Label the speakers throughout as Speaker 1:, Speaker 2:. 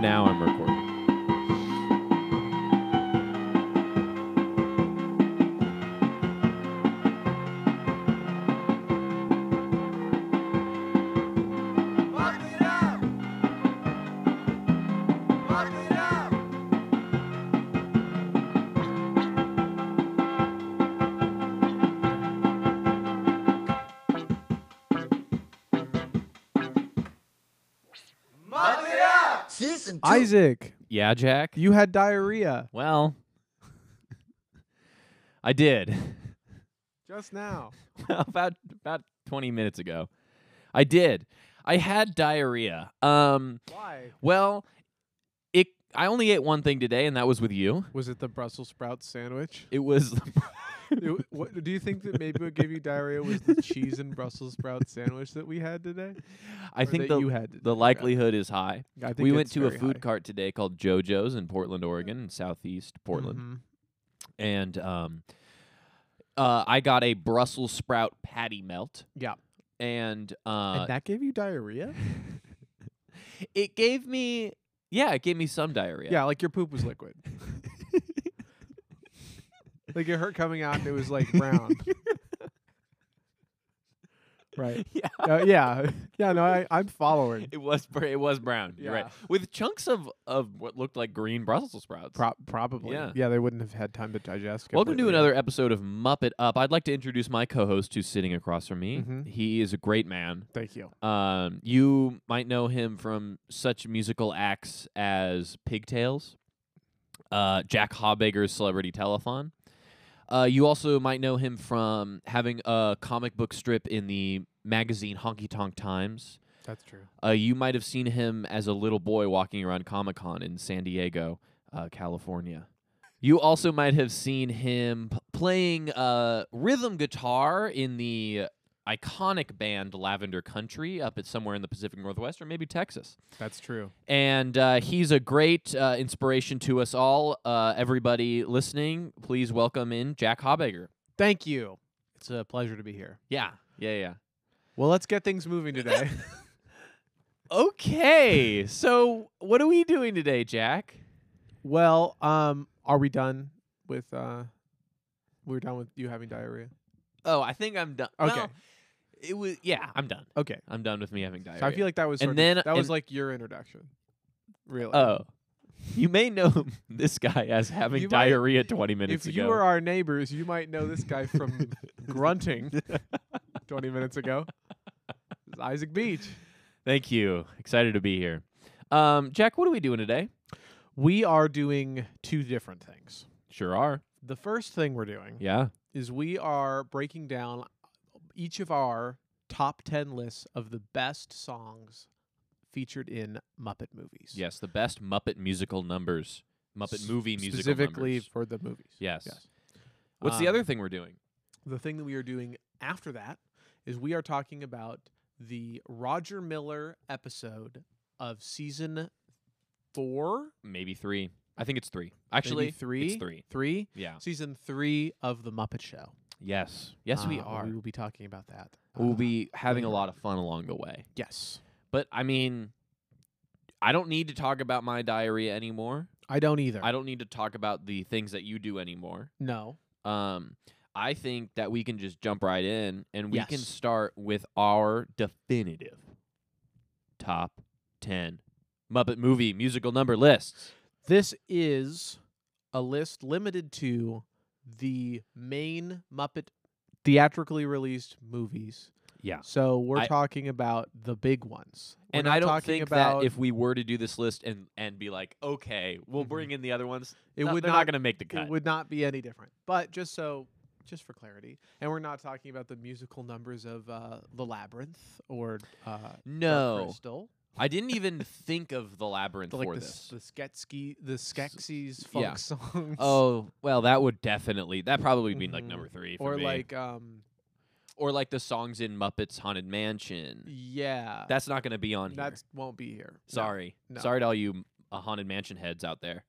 Speaker 1: Now I'm recording.
Speaker 2: Season two.
Speaker 3: Isaac,
Speaker 1: Yeah, Jack.
Speaker 3: you had diarrhea
Speaker 1: Well, I did
Speaker 3: just now.
Speaker 1: about about 20 minutes ago. I did. I had diarrhea. Um,
Speaker 3: Why?
Speaker 1: well, it. I only ate one thing today, and that was with you.
Speaker 3: Was it the Brussels sprout sandwich?
Speaker 1: It was. The
Speaker 3: It w- what, do you think that maybe what gave you diarrhea was the cheese and Brussels sprout sandwich that we had today?
Speaker 1: I
Speaker 3: Or
Speaker 1: think
Speaker 3: that
Speaker 1: the
Speaker 3: you had today,
Speaker 1: the
Speaker 3: rather?
Speaker 1: likelihood is high.
Speaker 3: I think
Speaker 1: we went
Speaker 3: it's
Speaker 1: to a
Speaker 3: very
Speaker 1: food
Speaker 3: high.
Speaker 1: cart today called JoJo's in Portland, Oregon, in Southeast Portland,
Speaker 3: Mhm.
Speaker 1: and um, uh, I got a Brussels sprout patty melt.
Speaker 3: Yeah.
Speaker 1: and uh,
Speaker 3: and that gave you diarrhea?
Speaker 1: it gave me yeah, it gave me some diarrhea.
Speaker 3: Yeah. like your poop was liquid. like it hurt coming out and it was like brown. right.
Speaker 1: Yeah.
Speaker 3: Uh, yeah. Yeah, no, I, I'm following.
Speaker 1: It was br- it was brown. You're right,
Speaker 3: Yeah.
Speaker 1: with chunks of of what looked like green Brussels sprouts.
Speaker 3: Pro- probably.
Speaker 1: Yeah.
Speaker 3: they wouldn't have had time to digest.
Speaker 1: Welcome to
Speaker 3: completely.
Speaker 1: another episode of Muppet Up. I'd like to introduce my co-host who's sitting across from me.
Speaker 3: Mhm.
Speaker 1: He is a great man.
Speaker 3: Thank you.
Speaker 1: Um, you might know him from such musical acts as Pigtails, uh, Jack Hawbaker's Celebrity Telethon. Uh, you also might know him from having a comic book strip in the magazine Honky Tonk Times.
Speaker 3: That's true.
Speaker 1: Uh, you might have seen him as a little boy walking around Comic Con in San Diego, uh, California. You also might have seen him p- playing uh, rhythm guitar in the iconic band Lavender Country up at somewhere in the Pacific Northwest or maybe Texas.
Speaker 3: That's true.
Speaker 1: And uh, he's a great uh, inspiration to us all. Uh, everybody listening, please welcome in Jack Hawbaker.
Speaker 3: Thank you. It's a pleasure to be here.
Speaker 1: Yeah, yeah, yeah.
Speaker 3: Well, let's get things moving today.
Speaker 1: Okay, so what are we doing today, Jack?
Speaker 3: well, um, are we done with? uh We're done with you having diarrhea.
Speaker 1: Oh, I think I'm done.
Speaker 3: Okay.
Speaker 1: Well, it was yeah. I'm done.
Speaker 3: Okay.
Speaker 1: I'm done with me having diarrhea.
Speaker 3: So I feel like that was
Speaker 1: And
Speaker 3: sort of-
Speaker 1: then-
Speaker 3: that was
Speaker 1: and-
Speaker 3: like your introduction. Really?
Speaker 1: oh, you may know this guy as having
Speaker 3: You might-
Speaker 1: diarrhea 20 minutes
Speaker 3: if
Speaker 1: ago.
Speaker 3: you were our neighbors, you might know this guy from grunting twenty minutes ago. It's Isaac Beach.
Speaker 1: Thank you. Excited to be here. Um, Jack, what are we doing today?
Speaker 3: We are doing two different things.
Speaker 1: Sure are.
Speaker 3: The first thing we're doing
Speaker 1: Yeah.
Speaker 3: is we are breaking down each of our top 10 lists of the best songs featured in Muppet movies.
Speaker 1: Yes, the best Muppet musical numbers. Muppet
Speaker 3: S-
Speaker 1: movie musical
Speaker 3: Specifically
Speaker 1: numbers.
Speaker 3: for the movies.
Speaker 1: Yes. What's the
Speaker 3: Um,
Speaker 1: other thing we're doing?
Speaker 3: The thing that we are doing after that is we are talking about the Roger Miller episode of season four.
Speaker 1: Maybe three. I think it's three. Actually,
Speaker 3: maybe three,
Speaker 1: It's three.
Speaker 3: Three.
Speaker 1: Yeah.
Speaker 3: Season three of The Muppet Show.
Speaker 1: Yes. Yes, we
Speaker 3: Uh,
Speaker 1: are.
Speaker 3: We will be talking about that.
Speaker 1: We'll
Speaker 3: uh,
Speaker 1: be having a
Speaker 3: later.
Speaker 1: lot of fun along the way.
Speaker 3: Yes.
Speaker 1: But I mean, I don't need to talk about my diarrhea anymore.
Speaker 3: I don't either.
Speaker 1: I don't need to talk about the things that you do anymore.
Speaker 3: No.
Speaker 1: Um, I think that we can just jump right in and we can
Speaker 3: Yes.
Speaker 1: start with our definitive top 10 Muppet movie musical number lists.
Speaker 3: This is a list limited to the main Muppet theatrically released movies.
Speaker 1: Yeah.
Speaker 3: So we're
Speaker 1: Ah. I-
Speaker 3: talking about the big ones. We're
Speaker 1: and
Speaker 3: not
Speaker 1: I don't
Speaker 3: talking
Speaker 1: think
Speaker 3: about
Speaker 1: that if we were to do this list and, and be like, okay, we'll
Speaker 3: Mhm.
Speaker 1: bring in the other ones,
Speaker 3: it
Speaker 1: no,
Speaker 3: would
Speaker 1: they're not, going to make the cut.
Speaker 3: it would not be any different. But just so just for clarity, and we're not talking about the musical numbers of uh, The Labyrinth or uh, Dark
Speaker 1: no,
Speaker 3: Crystal,
Speaker 1: I didn't even think of the labyrinth
Speaker 3: the, like
Speaker 1: for
Speaker 3: the,
Speaker 1: this.
Speaker 3: s- the Skeksis, the Skeksis folk
Speaker 1: yeah.
Speaker 3: songs.
Speaker 1: Oh well, that would definitely that probably would be like
Speaker 3: Mhm.
Speaker 1: number three for
Speaker 3: or
Speaker 1: me.
Speaker 3: like um
Speaker 1: Mm-hmm. or like the songs in Muppets Haunted Mansion.
Speaker 3: yeah.
Speaker 1: That's not going to be on here.
Speaker 3: That's won't be here. No,
Speaker 1: Sorry,
Speaker 3: no.
Speaker 1: sorry to all you uh, Haunted Mansion heads out there.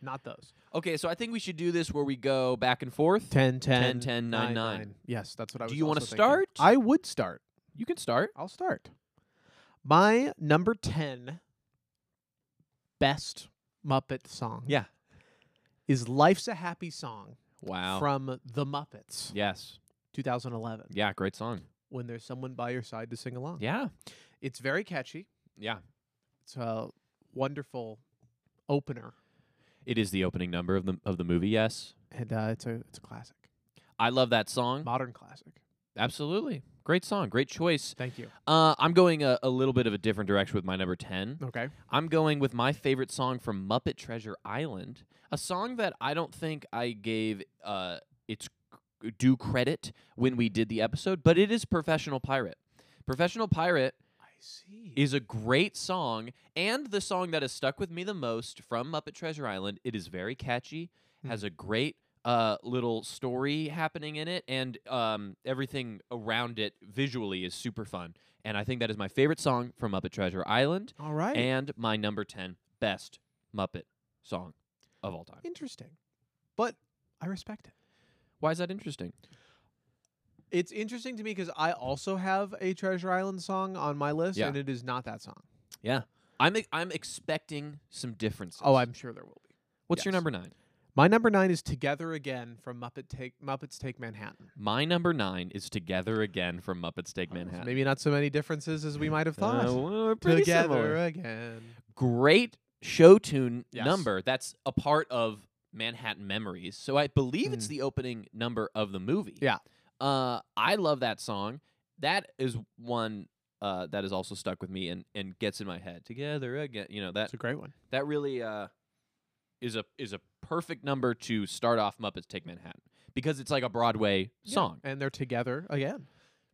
Speaker 3: not those.
Speaker 1: Okay, so I think we should do this where we go back and forth.
Speaker 3: 10, 10,
Speaker 1: 10, 9, 9.
Speaker 3: Yes, that's what I was.
Speaker 1: Do you wanna
Speaker 3: also thinking.
Speaker 1: start?
Speaker 3: I would start.
Speaker 1: You can start.
Speaker 3: I'll start. My number 10 best Muppet song
Speaker 1: Yeah.
Speaker 3: is Life's a Happy Song
Speaker 1: Wow.
Speaker 3: from The Muppets,
Speaker 1: yes.
Speaker 3: 2011,
Speaker 1: Yeah. Great song.
Speaker 3: when there's someone by your side to sing along.
Speaker 1: Yeah.
Speaker 3: It's very catchy.
Speaker 1: Yeah.
Speaker 3: It's a wonderful opener,
Speaker 1: It is the opening number of the of the movie. Yes.
Speaker 3: and uh, it's, a, it's a classic,
Speaker 1: I love that song.
Speaker 3: modern classic.
Speaker 1: Absolutely. Great song. Great choice.
Speaker 3: Thank you.
Speaker 1: Uh, I'm going a, a little bit of a different direction with my number 10.
Speaker 3: Okay.
Speaker 1: I'm going with my favorite song from Muppet Treasure Island, a song that I don't think I gave uh, its c- due credit when we did the episode, but it is Professional Pirate. Professional Pirate
Speaker 3: I see.
Speaker 1: is a great song and the song that has stuck with me the most from Muppet Treasure Island. It is very catchy, has a great uh, little story happening in it, and um, everything around it visually is super fun. And I think that is my favorite song from Muppet Treasure Island
Speaker 3: All right.
Speaker 1: and my number 10 best Muppet song of all time.
Speaker 3: Interesting. But I respect it.
Speaker 1: Why is that interesting?
Speaker 3: It's interesting to me because I also have a Treasure Island song on my list,
Speaker 1: Yeah.
Speaker 3: and it is not that song.
Speaker 1: I'm e- I'm expecting some differences.
Speaker 3: Oh, I'm sure there will be.
Speaker 1: What's your
Speaker 3: yes.
Speaker 1: number 9?
Speaker 3: My number nine is "Together Again" from Muppet Take Muppets Take Manhattan.
Speaker 1: My number 9 is Together Again from Muppets Take
Speaker 3: Oh, so
Speaker 1: Manhattan.
Speaker 3: maybe not so many differences as we might have thought.
Speaker 1: Uh, we're pretty
Speaker 3: Together
Speaker 1: similar.
Speaker 3: again.
Speaker 1: Great show tune
Speaker 3: Yes.
Speaker 1: number. That's a part of Manhattan Memories. So I believe it's
Speaker 3: Mm.
Speaker 1: the opening number of the movie.
Speaker 3: Yeah.
Speaker 1: Uh, I love that song. That is one uh, that is also stuck with me and, and gets in my head. Together again, you know that
Speaker 3: That's a great one.
Speaker 1: that really uh, is a is a perfect number to start off Muppets Take Manhattan because it's like a Broadway
Speaker 3: Yeah,
Speaker 1: song
Speaker 3: and they're together again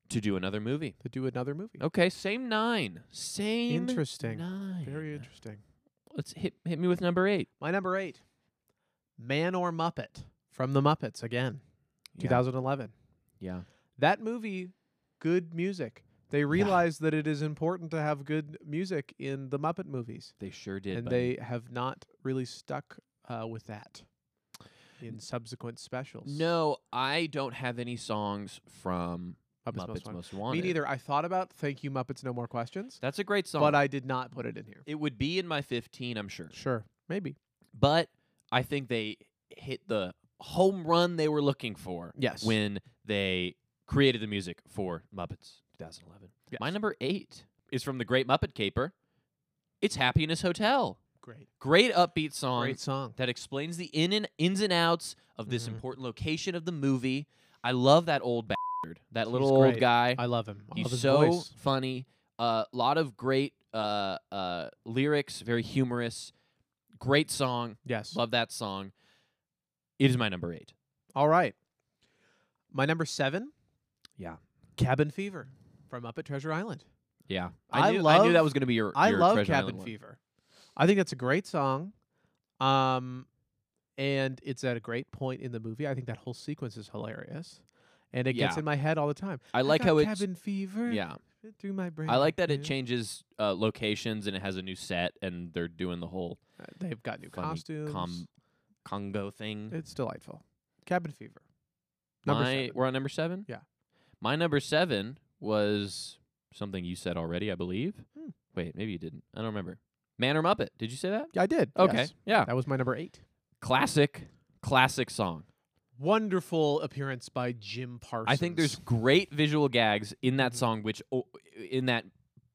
Speaker 1: to do another movie.
Speaker 3: to do another movie.
Speaker 1: Okay, same nine, same
Speaker 3: Interesting.
Speaker 1: nine.
Speaker 3: Very interesting.
Speaker 1: Let's hit hit me with number eight.
Speaker 3: My number eight, "Man or Muppet" from the Muppets again,
Speaker 1: Yeah.
Speaker 3: 2011.
Speaker 1: Yeah.
Speaker 3: that movie good music they realized that it is important to have good music in the muppet movies
Speaker 1: They sure did.
Speaker 3: and
Speaker 1: buddy.
Speaker 3: they have not really stuck uh, with that in subsequent specials
Speaker 1: No, I don't have any songs from
Speaker 3: muppets,
Speaker 1: Muppets,
Speaker 3: Most
Speaker 1: Most,
Speaker 3: Wanted.
Speaker 1: Wanted.
Speaker 3: me neither i thought about thank you muppets no more questions
Speaker 1: That's a great song.
Speaker 3: but i did not put it in here
Speaker 1: it would be in my 15, I'm sure.
Speaker 3: sure maybe
Speaker 1: But I think they hit the home run they were looking for
Speaker 3: yes
Speaker 1: when they created the music for Muppets 2011.
Speaker 3: Yes.
Speaker 1: My number 8 is from The Great Muppet Caper. It's Happiness Hotel.
Speaker 3: great
Speaker 1: Great upbeat song.
Speaker 3: great song
Speaker 1: that explains the in and ins and outs of this
Speaker 3: Mhm.
Speaker 1: important location of the movie. I love that old bastard, that little
Speaker 3: He's
Speaker 1: old
Speaker 3: great.
Speaker 1: guy.
Speaker 3: i love him I love
Speaker 1: He's
Speaker 3: his
Speaker 1: so
Speaker 3: voice.
Speaker 1: funny. A lot of great uh, uh, lyrics, very humorous. Great song.
Speaker 3: yes
Speaker 1: Love that song. It is my number eight.
Speaker 3: all right my number seven
Speaker 1: Yeah.
Speaker 3: cabin fever from muppet treasure island
Speaker 1: Yeah,
Speaker 3: I
Speaker 1: knew, I knew that
Speaker 3: love-
Speaker 1: was going to be your.
Speaker 3: I
Speaker 1: your
Speaker 3: love
Speaker 1: Treasure
Speaker 3: Cabin
Speaker 1: Island one.
Speaker 3: Fever. I think that's a great song. Um and it's at a great point in the movie. I think that whole sequence is hilarious. And it gets
Speaker 1: Yeah.
Speaker 3: in my head all the time.
Speaker 1: I like
Speaker 3: got
Speaker 1: how it's.
Speaker 3: Cabin Fever
Speaker 1: Yeah,
Speaker 3: through my brain.
Speaker 1: I like that it
Speaker 3: Yeah.
Speaker 1: changes uh, locations and it has a new set and they're doing the whole
Speaker 3: Uh, They've got new
Speaker 1: funny
Speaker 3: costumes.
Speaker 1: com- Congo thing.
Speaker 3: it's delightful. Cabin Fever. Number
Speaker 1: My
Speaker 3: seven.
Speaker 1: we're on number seven.
Speaker 3: Yeah.
Speaker 1: my number seven was something you said already, I believe.
Speaker 3: Hmm.
Speaker 1: Wait, maybe you didn't. I don't remember. Man or Muppet? Did you say that?
Speaker 3: I did.
Speaker 1: Okay,
Speaker 3: yes.
Speaker 1: yeah.
Speaker 3: That was my number 8.
Speaker 1: Classic, classic song.
Speaker 3: Wonderful appearance by Jim Parsons.
Speaker 1: I think there's great visual gags in that
Speaker 3: Mhm.
Speaker 1: song, which o- in that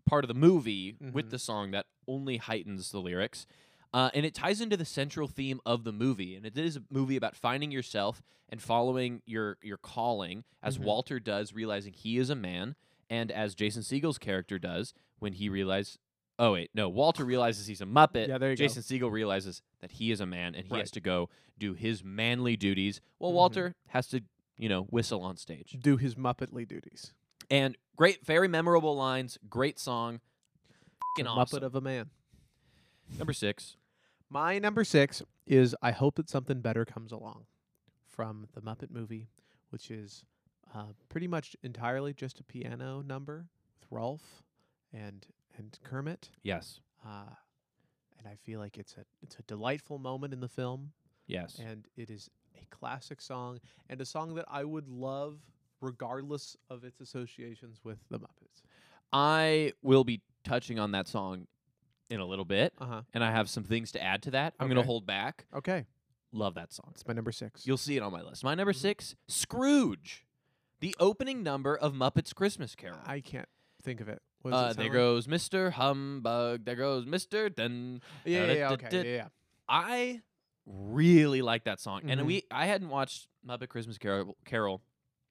Speaker 1: part of the movie with
Speaker 3: Mhm.
Speaker 1: the song that only heightens the lyrics. Uh, and it ties into the central theme of the movie, and it is a movie about finding yourself and following your your calling, as
Speaker 3: Mhm.
Speaker 1: Walter does, realizing he is a man, and as Jason Siegel's character does when he realizes. Oh wait, no. Walter realizes he's a Muppet.
Speaker 3: Yeah, there you go.
Speaker 1: Jason Siegel realizes that he is a man, and he has
Speaker 3: Right.
Speaker 1: to go do his manly duties, while
Speaker 3: Mhm.
Speaker 1: Walter has to, you know, whistle on stage
Speaker 3: do his Muppetly duties.
Speaker 1: and great, very memorable lines. Great song.
Speaker 3: The
Speaker 1: Fucking
Speaker 3: Muppet
Speaker 1: awesome.
Speaker 3: of a man.
Speaker 1: Number six.
Speaker 3: My number six is I Hope That Something Better Comes Along from the Muppet movie, which is uh, pretty much entirely just a piano number with Rolf and and Kermit.
Speaker 1: Yes.
Speaker 3: Uh, and I feel like it's a it's a delightful moment in the film,
Speaker 1: Yes.
Speaker 3: and it is a classic song and a song that I would love regardless of its associations with the Muppets.
Speaker 1: I will be touching on that song in a little bit,
Speaker 3: Uh huh.
Speaker 1: and I have some things to add to that. I'm going to
Speaker 3: Okay.
Speaker 1: hold back.
Speaker 3: Okay.
Speaker 1: Love that song.
Speaker 3: It's my number six.
Speaker 1: You'll see it on my list. My number
Speaker 3: Mhm.
Speaker 1: six, Scrooge, the opening number of Muppets Christmas Carol.
Speaker 3: I can't think of it. What
Speaker 1: Uh,
Speaker 3: does it
Speaker 1: there
Speaker 3: sound like?
Speaker 1: goes Mr. Humbug. There goes Mr. Dun.
Speaker 3: Yeah, yeah, yeah.
Speaker 1: da-
Speaker 3: Okay.
Speaker 1: da-
Speaker 3: Yeah, yeah.
Speaker 1: I really like that song, and
Speaker 3: Mhm.
Speaker 1: we I hadn't watched Muppet Christmas Carol, Carol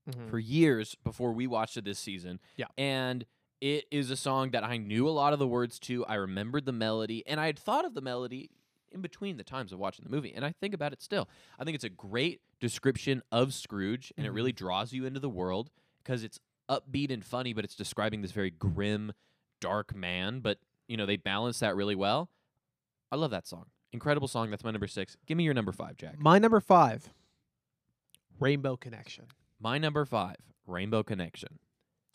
Speaker 3: Mhm.
Speaker 1: for years before we watched it this season.
Speaker 3: Yeah.
Speaker 1: and it is a song that I knew a lot of the words to. I remembered the melody, and I had thought of the melody in between the times of watching the movie, and I think about it still. I think it's a great description of Scrooge, and
Speaker 3: Mhm.
Speaker 1: it really draws you into the world because it's upbeat and funny, but it's describing this very grim, dark man. But you know they balance that really well. I love that song. Incredible song. That's my number six. Give me your number five, Jack.
Speaker 3: My number five, Rainbow Connection.
Speaker 1: My number five, Rainbow Connection.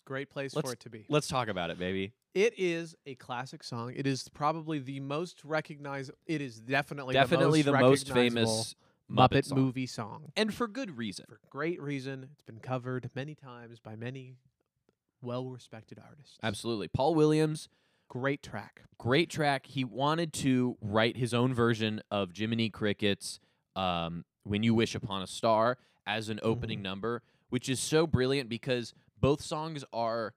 Speaker 3: Great place
Speaker 1: Let's-
Speaker 3: for it to be.
Speaker 1: Let's talk about it, baby.
Speaker 3: It is a classic song. It is probably the most recognized. It is definitely
Speaker 1: Definitely the most,
Speaker 3: recognizable
Speaker 1: famous Muppet,
Speaker 3: Muppet
Speaker 1: song.
Speaker 3: movie song
Speaker 1: and for good reason.
Speaker 3: for great reason. It's been covered many times by many well-respected artists.
Speaker 1: Absolutely, Paul Williams,
Speaker 3: great track.
Speaker 1: great track. He wanted to write his own version of Jiminy Cricket's um, "When You Wish Upon a Star" as an opening number, which is so brilliant because both songs are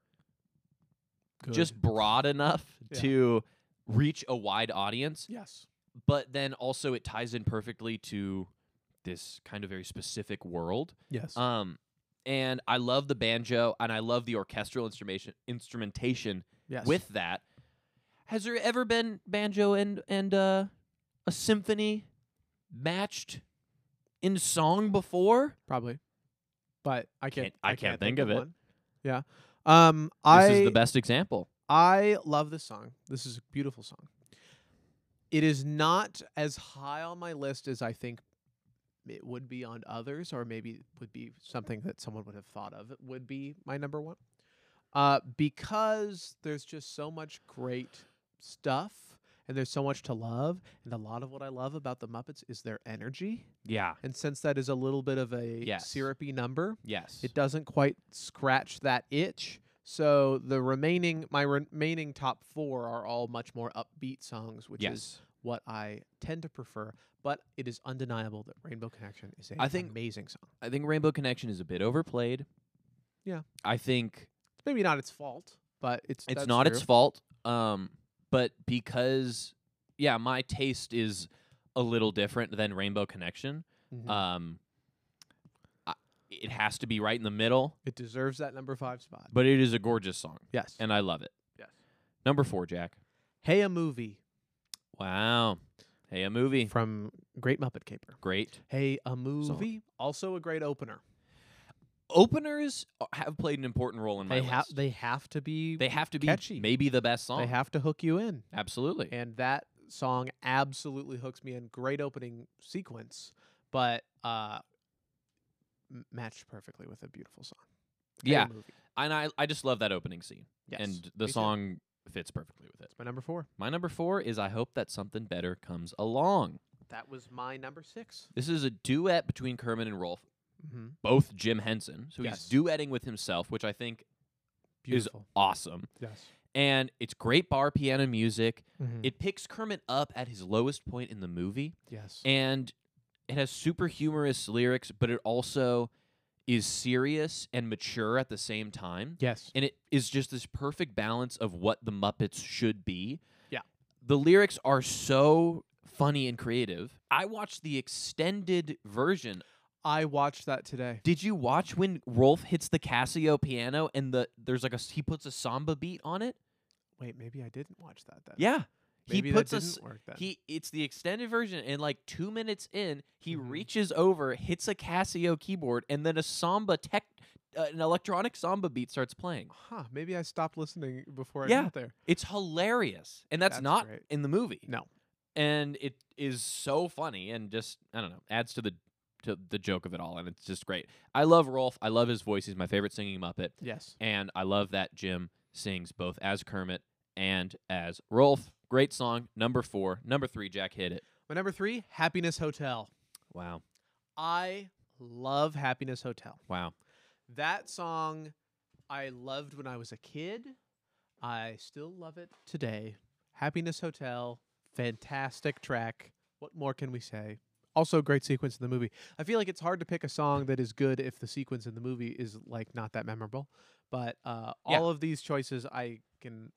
Speaker 1: just broad enough
Speaker 3: Yeah.
Speaker 1: to reach a wide audience.
Speaker 3: yes,
Speaker 1: but then also it ties in perfectly to this kind of very specific world.
Speaker 3: yes.
Speaker 1: Um, and I love the banjo and I love the orchestral instrumentation instrumentation
Speaker 3: yes.
Speaker 1: with that. Has there ever been banjo and and uh, a symphony matched in song before?
Speaker 3: probably, but I can't.
Speaker 1: Can't- I can't think of it.
Speaker 3: one. Yeah. Um. I
Speaker 1: this is the best example.
Speaker 3: I love this song. This is a beautiful song. It is not as high on my list as I think it would be on others, or maybe it would be something that someone would have thought of. It would be my number one. Uh, because there's just so much great stuff and there's so much to love. And a lot of what I love about the Muppets is their energy.
Speaker 1: Yeah.
Speaker 3: And since that is a little bit of a
Speaker 1: Yes.
Speaker 3: syrupy number,
Speaker 1: Yes.
Speaker 3: it doesn't quite scratch that itch. So the remaining, my remaining top four are all much more upbeat songs, which
Speaker 1: yes.
Speaker 3: is what I tend to prefer. But it is undeniable that Rainbow Connection is a
Speaker 1: I think-
Speaker 3: amazing song.
Speaker 1: I think Rainbow Connection is a bit overplayed.
Speaker 3: Yeah.
Speaker 1: I think
Speaker 3: Maybe not its fault, but it's
Speaker 1: It's
Speaker 3: that's
Speaker 1: not its
Speaker 3: true.
Speaker 1: fault. Um, but because yeah, my taste is a little different than Rainbow Connection.
Speaker 3: Mhm.
Speaker 1: Um, I, it has to be right in the middle,
Speaker 3: it deserves that number five spot.
Speaker 1: but it is a gorgeous song,
Speaker 3: Yes.
Speaker 1: and I love it.
Speaker 3: Yes.
Speaker 1: Number four, Jack.
Speaker 3: hey, a movie
Speaker 1: Wow. Hey, a movie.
Speaker 3: from Great Muppet Caper.
Speaker 1: Great.
Speaker 3: Hey, a movie, also a great opener.
Speaker 1: Openers a- have played an important role in my
Speaker 3: They have
Speaker 1: list.
Speaker 3: they have to be
Speaker 1: They have to be
Speaker 3: catchy.
Speaker 1: maybe the best song.
Speaker 3: they have to hook you in.
Speaker 1: Absolutely.
Speaker 3: and that song absolutely hooks me in. Great opening sequence, but uh, m- matched perfectly with a beautiful song. And a
Speaker 1: yeah.
Speaker 3: movie.
Speaker 1: And I, I just love that opening scene.
Speaker 3: yes.
Speaker 1: and the
Speaker 3: me too.
Speaker 1: song fits perfectly with it.
Speaker 3: my number four.
Speaker 1: My number four is I Hope That Something Better Comes Along.
Speaker 3: That was my number 6
Speaker 1: This is a duet between Kermit and Rolf,
Speaker 3: Mm-hmm.
Speaker 1: both Jim Henson. So
Speaker 3: Yes.
Speaker 1: he's duetting with himself, which I think
Speaker 3: Beautiful.
Speaker 1: is awesome.
Speaker 3: yes.
Speaker 1: And it's great bar piano music.
Speaker 3: Mm-hmm.
Speaker 1: It picks Kermit up at his lowest point in the movie,
Speaker 3: yes.
Speaker 1: and it has super humorous lyrics, but it also is serious and mature at the same time.
Speaker 3: yes.
Speaker 1: and it is just this perfect balance of what the Muppets should be.
Speaker 3: Yeah.
Speaker 1: The lyrics are so funny and creative. I watched the extended version.
Speaker 3: I watched that today.
Speaker 1: Did you watch when Rolf hits the Casio piano and the there's like a s- he puts a samba beat on it?
Speaker 3: Wait, maybe I didn't watch that then.
Speaker 1: Yeah.
Speaker 3: Maybe
Speaker 1: he puts
Speaker 3: that
Speaker 1: a
Speaker 3: didn't
Speaker 1: s-
Speaker 3: work then.
Speaker 1: he it's the extended version and like 2 minutes in he
Speaker 3: Mhm.
Speaker 1: reaches over, hits a Casio keyboard and then a samba tech uh, an electronic samba beat starts playing.
Speaker 3: huh. Maybe I stopped listening before I
Speaker 1: Yeah.
Speaker 3: got there.
Speaker 1: It's hilarious, and that's,
Speaker 3: That's
Speaker 1: not
Speaker 3: great.
Speaker 1: in the movie.
Speaker 3: No.
Speaker 1: and it is so funny, and just I don't know, adds to the to the joke of it all, and it's just great. I love Rolf. I love his voice. He's my favorite singing Muppet,
Speaker 3: Yes.
Speaker 1: and I love that Jim sings both as Kermit and as Rolf. Great song, number four, number three. Jack hit it.
Speaker 3: My number three, Happiness Hotel.
Speaker 1: Wow,
Speaker 3: I love Happiness Hotel.
Speaker 1: wow.
Speaker 3: That song I loved when I was a kid. I still love it today. Happiness Hotel, fantastic track. What more can we say? Also, great sequence in the movie. I feel like it's hard to pick a song that is good if the sequence in the movie is like not that memorable. But uh,
Speaker 1: Yeah.
Speaker 3: all of these choices, I can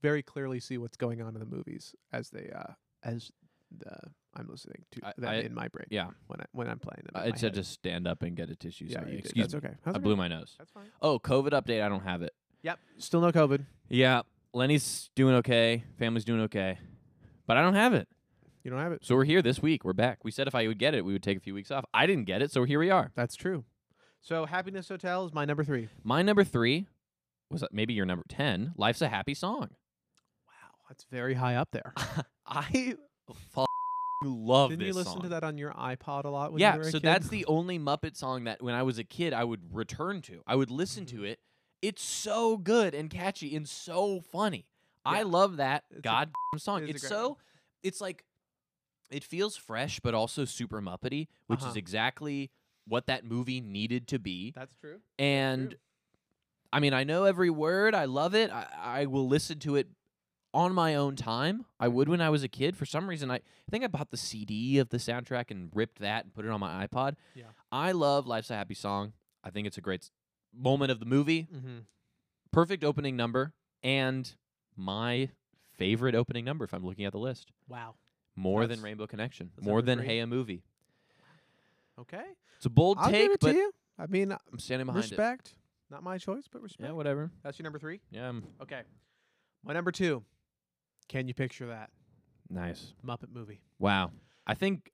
Speaker 3: very clearly see what's going on in the movies as they uh, as the, I'm listening to
Speaker 1: I-
Speaker 3: them
Speaker 1: I-
Speaker 3: in my brain
Speaker 1: Yeah,
Speaker 3: when I when I'm playing them. in
Speaker 1: I
Speaker 3: my
Speaker 1: said
Speaker 3: head.
Speaker 1: just stand up and get a tissue.
Speaker 3: yeah,
Speaker 1: sorry,
Speaker 3: you did.
Speaker 1: excuse
Speaker 3: that's
Speaker 1: me.
Speaker 3: okay. That's
Speaker 1: I
Speaker 3: okay.
Speaker 1: blew my nose.
Speaker 3: That's fine.
Speaker 1: Oh, COVID update. I don't have it.
Speaker 3: Yep, still no COVID.
Speaker 1: Yeah, Lenny's doing okay. Family's doing okay, but I don't have it.
Speaker 3: You don't have it.
Speaker 1: So we're here this week. We're back. We said if I would get it, we would take a few weeks off. I didn't get it, so here we are.
Speaker 3: That's true. So Happiness Hotel is my number three.
Speaker 1: My number three was uh, maybe your number ten. Life's a happy song.
Speaker 3: Wow, that's very high up there.
Speaker 1: I f- love
Speaker 3: Didn't
Speaker 1: this
Speaker 3: you listen
Speaker 1: song.
Speaker 3: to that on your iPod a lot when
Speaker 1: yeah,
Speaker 3: you were a
Speaker 1: so
Speaker 3: kid?
Speaker 1: that's the only Muppet song that when I was a kid I would return to. I would listen
Speaker 3: Mm-hmm.
Speaker 1: to it. It's so good and catchy and so funny. I
Speaker 3: Yeah.
Speaker 1: love that
Speaker 3: It's a-
Speaker 1: goddamn song.
Speaker 3: it is a
Speaker 1: It's
Speaker 3: great
Speaker 1: so
Speaker 3: one.
Speaker 1: it's like it feels fresh but also super Muppety, which is
Speaker 3: Uh-huh.
Speaker 1: exactly what that movie needed to be.
Speaker 3: That's true.
Speaker 1: and I mean, I know every word. I love it. I, I will listen to it on my own time. I would when I was a kid. For some reason, I, I think I bought the CD of the soundtrack and ripped that and put it on my iPod.
Speaker 3: Yeah.
Speaker 1: I love "Life's a Happy Song." I think it's a great s- moment of the movie.
Speaker 3: Mm-hmm.
Speaker 1: Perfect opening number and my favorite opening number. If I'm looking at the list,
Speaker 3: Wow.
Speaker 1: more than
Speaker 3: That's-
Speaker 1: Rainbow Connection,
Speaker 3: that's
Speaker 1: more
Speaker 3: number
Speaker 1: than
Speaker 3: three.
Speaker 1: Hey a Movie.
Speaker 3: Okay.
Speaker 1: It's a bold
Speaker 3: I'll
Speaker 1: take,
Speaker 3: give it
Speaker 1: but
Speaker 3: to you. I mean,
Speaker 1: I'm standing behind it.
Speaker 3: respect. Not my choice, but respect.
Speaker 1: Yeah, whatever.
Speaker 3: That's your number three.
Speaker 1: Yeah, I'm-
Speaker 3: Okay. My number two. Can you picture that
Speaker 1: nice.
Speaker 3: Muppet movie?
Speaker 1: Wow. I think.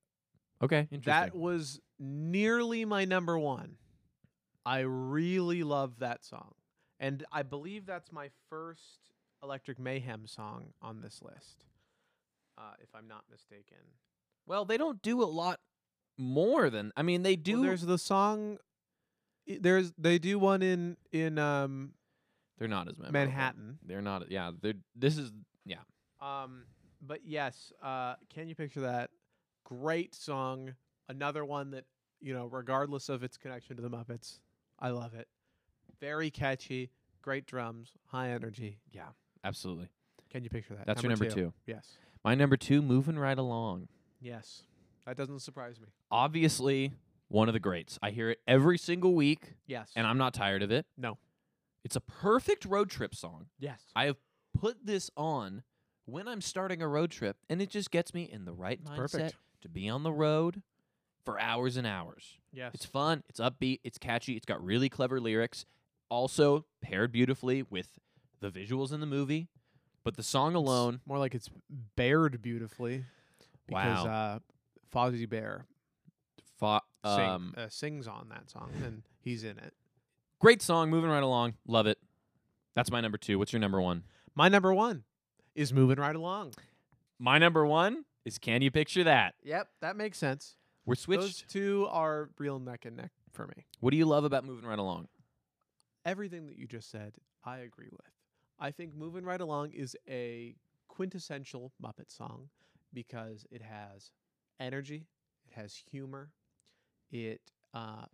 Speaker 1: Okay. Interesting.
Speaker 3: That was nearly my number one. I really love that song. And I believe that's my first Electric Mayhem song on this list, uh, if I'm not mistaken.
Speaker 1: well, they don't do a lot more than. I mean, they do.
Speaker 3: Well, there's the song. i- There's they do one in in um,
Speaker 1: they're not as memorable.
Speaker 3: Manhattan.
Speaker 1: They're not. Yeah. They're. This is.
Speaker 3: Um, but yes, uh, can you picture that? Great song. Another one that you know, regardless of its connection to the Muppets, I love it. Very catchy. Great drums. High energy.
Speaker 1: Yeah. Absolutely.
Speaker 3: Can you picture that?
Speaker 1: That's your number two.
Speaker 3: Yes.
Speaker 1: My number two, moving right along.
Speaker 3: Yes. That doesn't surprise me.
Speaker 1: Obviously, one of the greats. I hear it every single week,
Speaker 3: Yes.
Speaker 1: and I'm not tired of it.
Speaker 3: No.
Speaker 1: It's a perfect road trip song.
Speaker 3: yes.
Speaker 1: I have put this on when I'm starting a road trip, and it just gets me in the right mindset
Speaker 3: perfect.
Speaker 1: to be on the road for hours and hours.
Speaker 3: yes.
Speaker 1: It's fun. It's upbeat. It's catchy. It's got really clever lyrics. Also paired beautifully with the visuals in the movie, but the song alone.
Speaker 3: More like it's bared beautifully.
Speaker 1: Wow.
Speaker 3: Because uh Fozzie Bear
Speaker 1: Fo-
Speaker 3: sing,
Speaker 1: um,
Speaker 3: uh, sings on that song and he's in it.
Speaker 1: great song. Moving right along. Love it. That's my number two. What's your number one?
Speaker 3: My number one is moving right along.
Speaker 1: My number one is Can You Picture That?
Speaker 3: Yep, that makes sense.
Speaker 1: We're switched.
Speaker 3: Those two are real neck and neck for me.
Speaker 1: What do you love about Moving Right Along?
Speaker 3: Everything that you just said, I agree with. I think Moving Right Along is a quintessential Muppet song because it has energy, it has humor, it uh,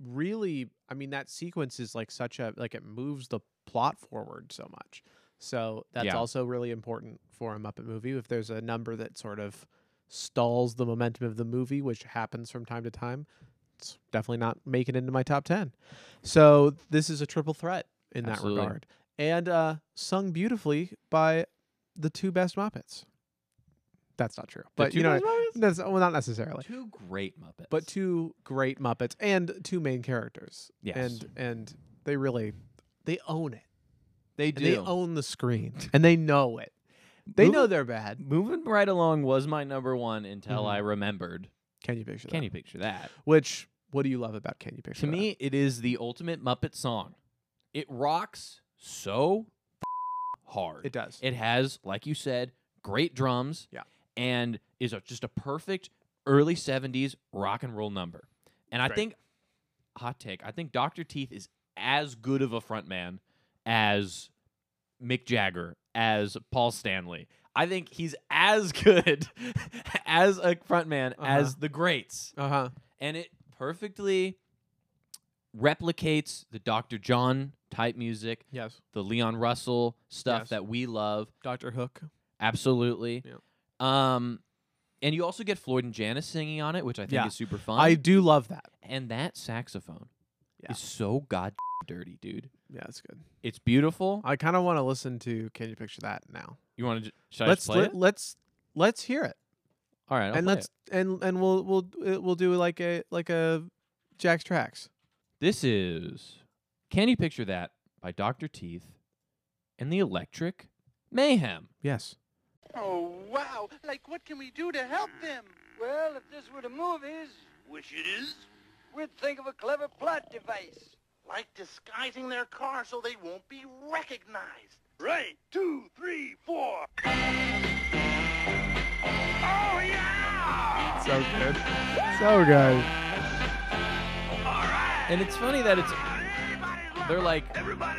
Speaker 3: really, I mean, that sequence is like such a, like it moves the plot forward so much. So that's
Speaker 1: Yeah.
Speaker 3: also really important for a Muppet movie. If there's a number that sort of stalls the momentum of the movie, which happens from time to time, it's definitely not making it into my top 10. So this is a triple threat in
Speaker 1: Absolutely.
Speaker 3: that regard. And uh, sung beautifully by the two best Muppets. That's not true. But
Speaker 1: two
Speaker 3: you know,
Speaker 1: best Muppets?
Speaker 3: that's, well, not necessarily.
Speaker 1: Two great Muppets.
Speaker 3: But two great Muppets and two main characters.
Speaker 1: Yes.
Speaker 3: And and they really they own it.
Speaker 1: they
Speaker 3: And they own the screen and they know it. They know they're bad.
Speaker 1: Moving Right Along was my number one until
Speaker 3: Mhm.
Speaker 1: I remembered
Speaker 3: Can you picture
Speaker 1: Mm-hmm. Can
Speaker 3: that?
Speaker 1: You Picture That?
Speaker 3: Which what do you love about Can you picture
Speaker 1: To
Speaker 3: That?
Speaker 1: me, it is the ultimate Muppet song. It rocks so hard.
Speaker 3: it does.
Speaker 1: It has, like you said, great drums.
Speaker 3: Yeah.
Speaker 1: And is a, just a perfect early 70s rock and roll number. And I
Speaker 3: Great.
Speaker 1: think, hot take, I think Dr. Teeth is as good of a frontman as Mick Jagger, as Paul Stanley. I think he's as good as a frontman
Speaker 3: Uh-huh.
Speaker 1: as the greats
Speaker 3: Uh huh.
Speaker 1: and it perfectly replicates the Dr. John type music,
Speaker 3: Yes.
Speaker 1: the Leon Russell stuff
Speaker 3: Yes.
Speaker 1: that we love.
Speaker 3: Dr. Hook.
Speaker 1: Absolutely. Um, and you also get Floyd and Janice singing on it, which I think
Speaker 3: Yeah.
Speaker 1: is super fun.
Speaker 3: I do love that.
Speaker 1: and that saxophone
Speaker 3: Yeah.
Speaker 1: is so god dirty, dude.
Speaker 3: Yeah, it's good.
Speaker 1: It's beautiful.
Speaker 3: I kind of want to listen to Can You Picture That now.
Speaker 1: You want to? Should
Speaker 3: let's
Speaker 1: I just play
Speaker 3: let,
Speaker 1: it?
Speaker 3: let's let's hear it.
Speaker 1: All right, I'll
Speaker 3: and
Speaker 1: play
Speaker 3: let's
Speaker 1: it.
Speaker 3: and and we'll we'll uh, we'll do like a like a Jack's tracks.
Speaker 1: This is "Can You Picture That" by Doctor Teeth and the Electric Mayhem.
Speaker 3: Yes.
Speaker 2: Oh, wow. Like, what can we do to help them?
Speaker 4: Well, if this were the movies,
Speaker 2: Which it is?
Speaker 4: we'd think of a clever plot device.
Speaker 2: Like disguising their car so they won't be recognized. Right. Two, three, four. Oh, yeah!
Speaker 3: So good. So good.
Speaker 2: All right.
Speaker 1: And it's funny that it's they're like,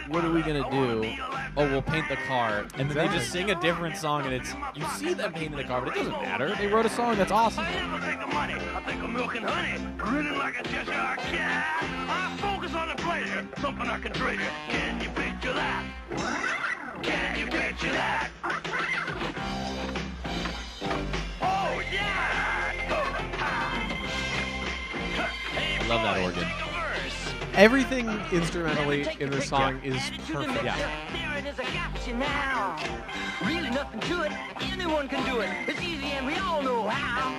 Speaker 1: "What are we gonna do?" Oh, we'll paint the car, and then they just
Speaker 3: Exactly.
Speaker 1: sing a different song, and it's you see them painting the car, but it doesn't matter. They wrote a song that's awesome.
Speaker 2: I never take the money. I think of milk and honey, grinning like a Cheshire cat. I focus on the pleasure, something I can treasure. Can you picture that? Can you picture that? Oh yeah! I
Speaker 1: love that organ.
Speaker 3: Everything instrumentally in this song is perfect.
Speaker 4: There it is, I got you now. Really nothing to it. Anyone can do it. It's easy and we all know how.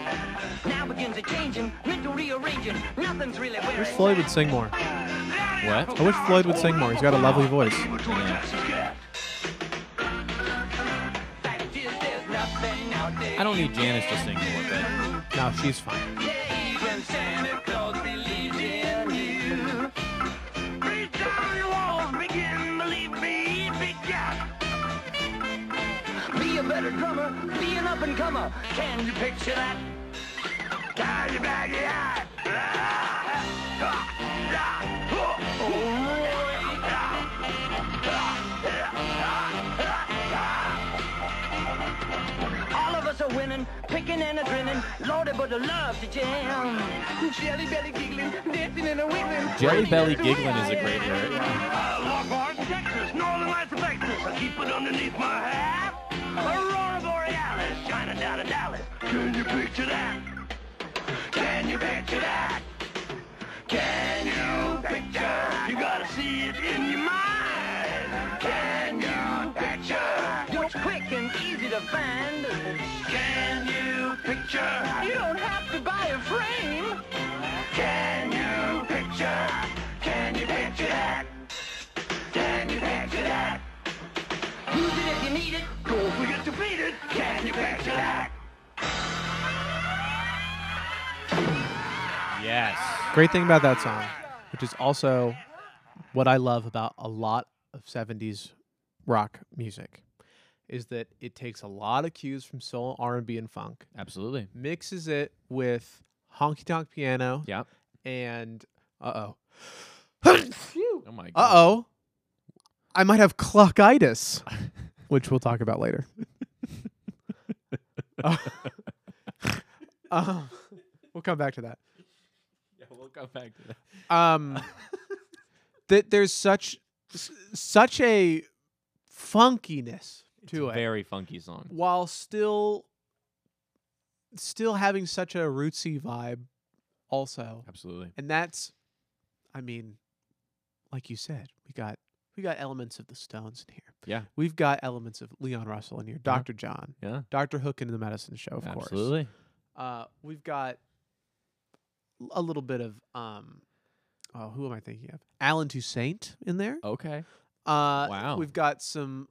Speaker 4: Now begins a changing, mental rearranging. Nothing's really where
Speaker 3: I wish
Speaker 4: it's
Speaker 3: Floyd
Speaker 4: at.
Speaker 3: would sing more.
Speaker 1: What?
Speaker 3: I wish Floyd would sing more. He's got a lovely voice.
Speaker 4: Fact is, there's nothing out there.
Speaker 1: I don't need Janice to sing more, but
Speaker 3: No, she's fine.
Speaker 4: Even Santa Claus believes in you.
Speaker 2: Break down your walls, begin, believe me, big gap.
Speaker 4: Be a better drummer. Be an up and comer. Can you picture that?
Speaker 2: Tied you back your hat.
Speaker 4: All of us are winning, picking and a grinning. Lordy, but I love to jam. Jelly belly giggling, dancing and a wiggling.
Speaker 1: Jelly Belly Giggling is a great lyric.
Speaker 2: I Longhorn, Texas, Northern Lights of Texas. I keep it underneath my hat. Aurora Borealis, shining down in Dallas. Can you picture that? Can you picture that? Can you picture? You gotta see it in your mind. Can you picture?
Speaker 4: It's quick and easy to find.
Speaker 2: Can you picture?
Speaker 4: You don't have to buy a frame.
Speaker 2: Can you picture? Can you picture that? Can you picture that?
Speaker 4: Use it if you need it.
Speaker 2: Don't forget to beat it. Can you picture that?
Speaker 1: yes,
Speaker 3: Great thing about that song, which is also what I love about a lot of 70s rock music, is that it takes a lot of cues from soul, R&B and funk,
Speaker 1: absolutely.
Speaker 3: mixes it with honky tonk piano
Speaker 1: Yeah.
Speaker 3: and uh-oh.
Speaker 1: Oh my god.
Speaker 3: Uh-oh. I might have cluckitis, which we'll talk about later. Uh, um, we'll come back to that.
Speaker 1: Yeah, we'll come back to that.
Speaker 3: um that there's such s- such a funkiness to it
Speaker 1: Very funky song.
Speaker 3: while still still having such a rootsy vibe also
Speaker 1: Absolutely.
Speaker 3: and that's i mean like you said we got we got elements of the stones in here
Speaker 1: Yeah.
Speaker 3: we've got elements of leon russell in here
Speaker 1: Yeah.
Speaker 3: dr john
Speaker 1: Yeah.
Speaker 3: dr hook in the medicine show of course
Speaker 1: absolutely.
Speaker 3: uh, we've got l- a little bit of um, oh, who am I thinking of? Alan Toussaint in there.
Speaker 1: Okay.
Speaker 3: Uh,
Speaker 1: Wow.
Speaker 3: We've got some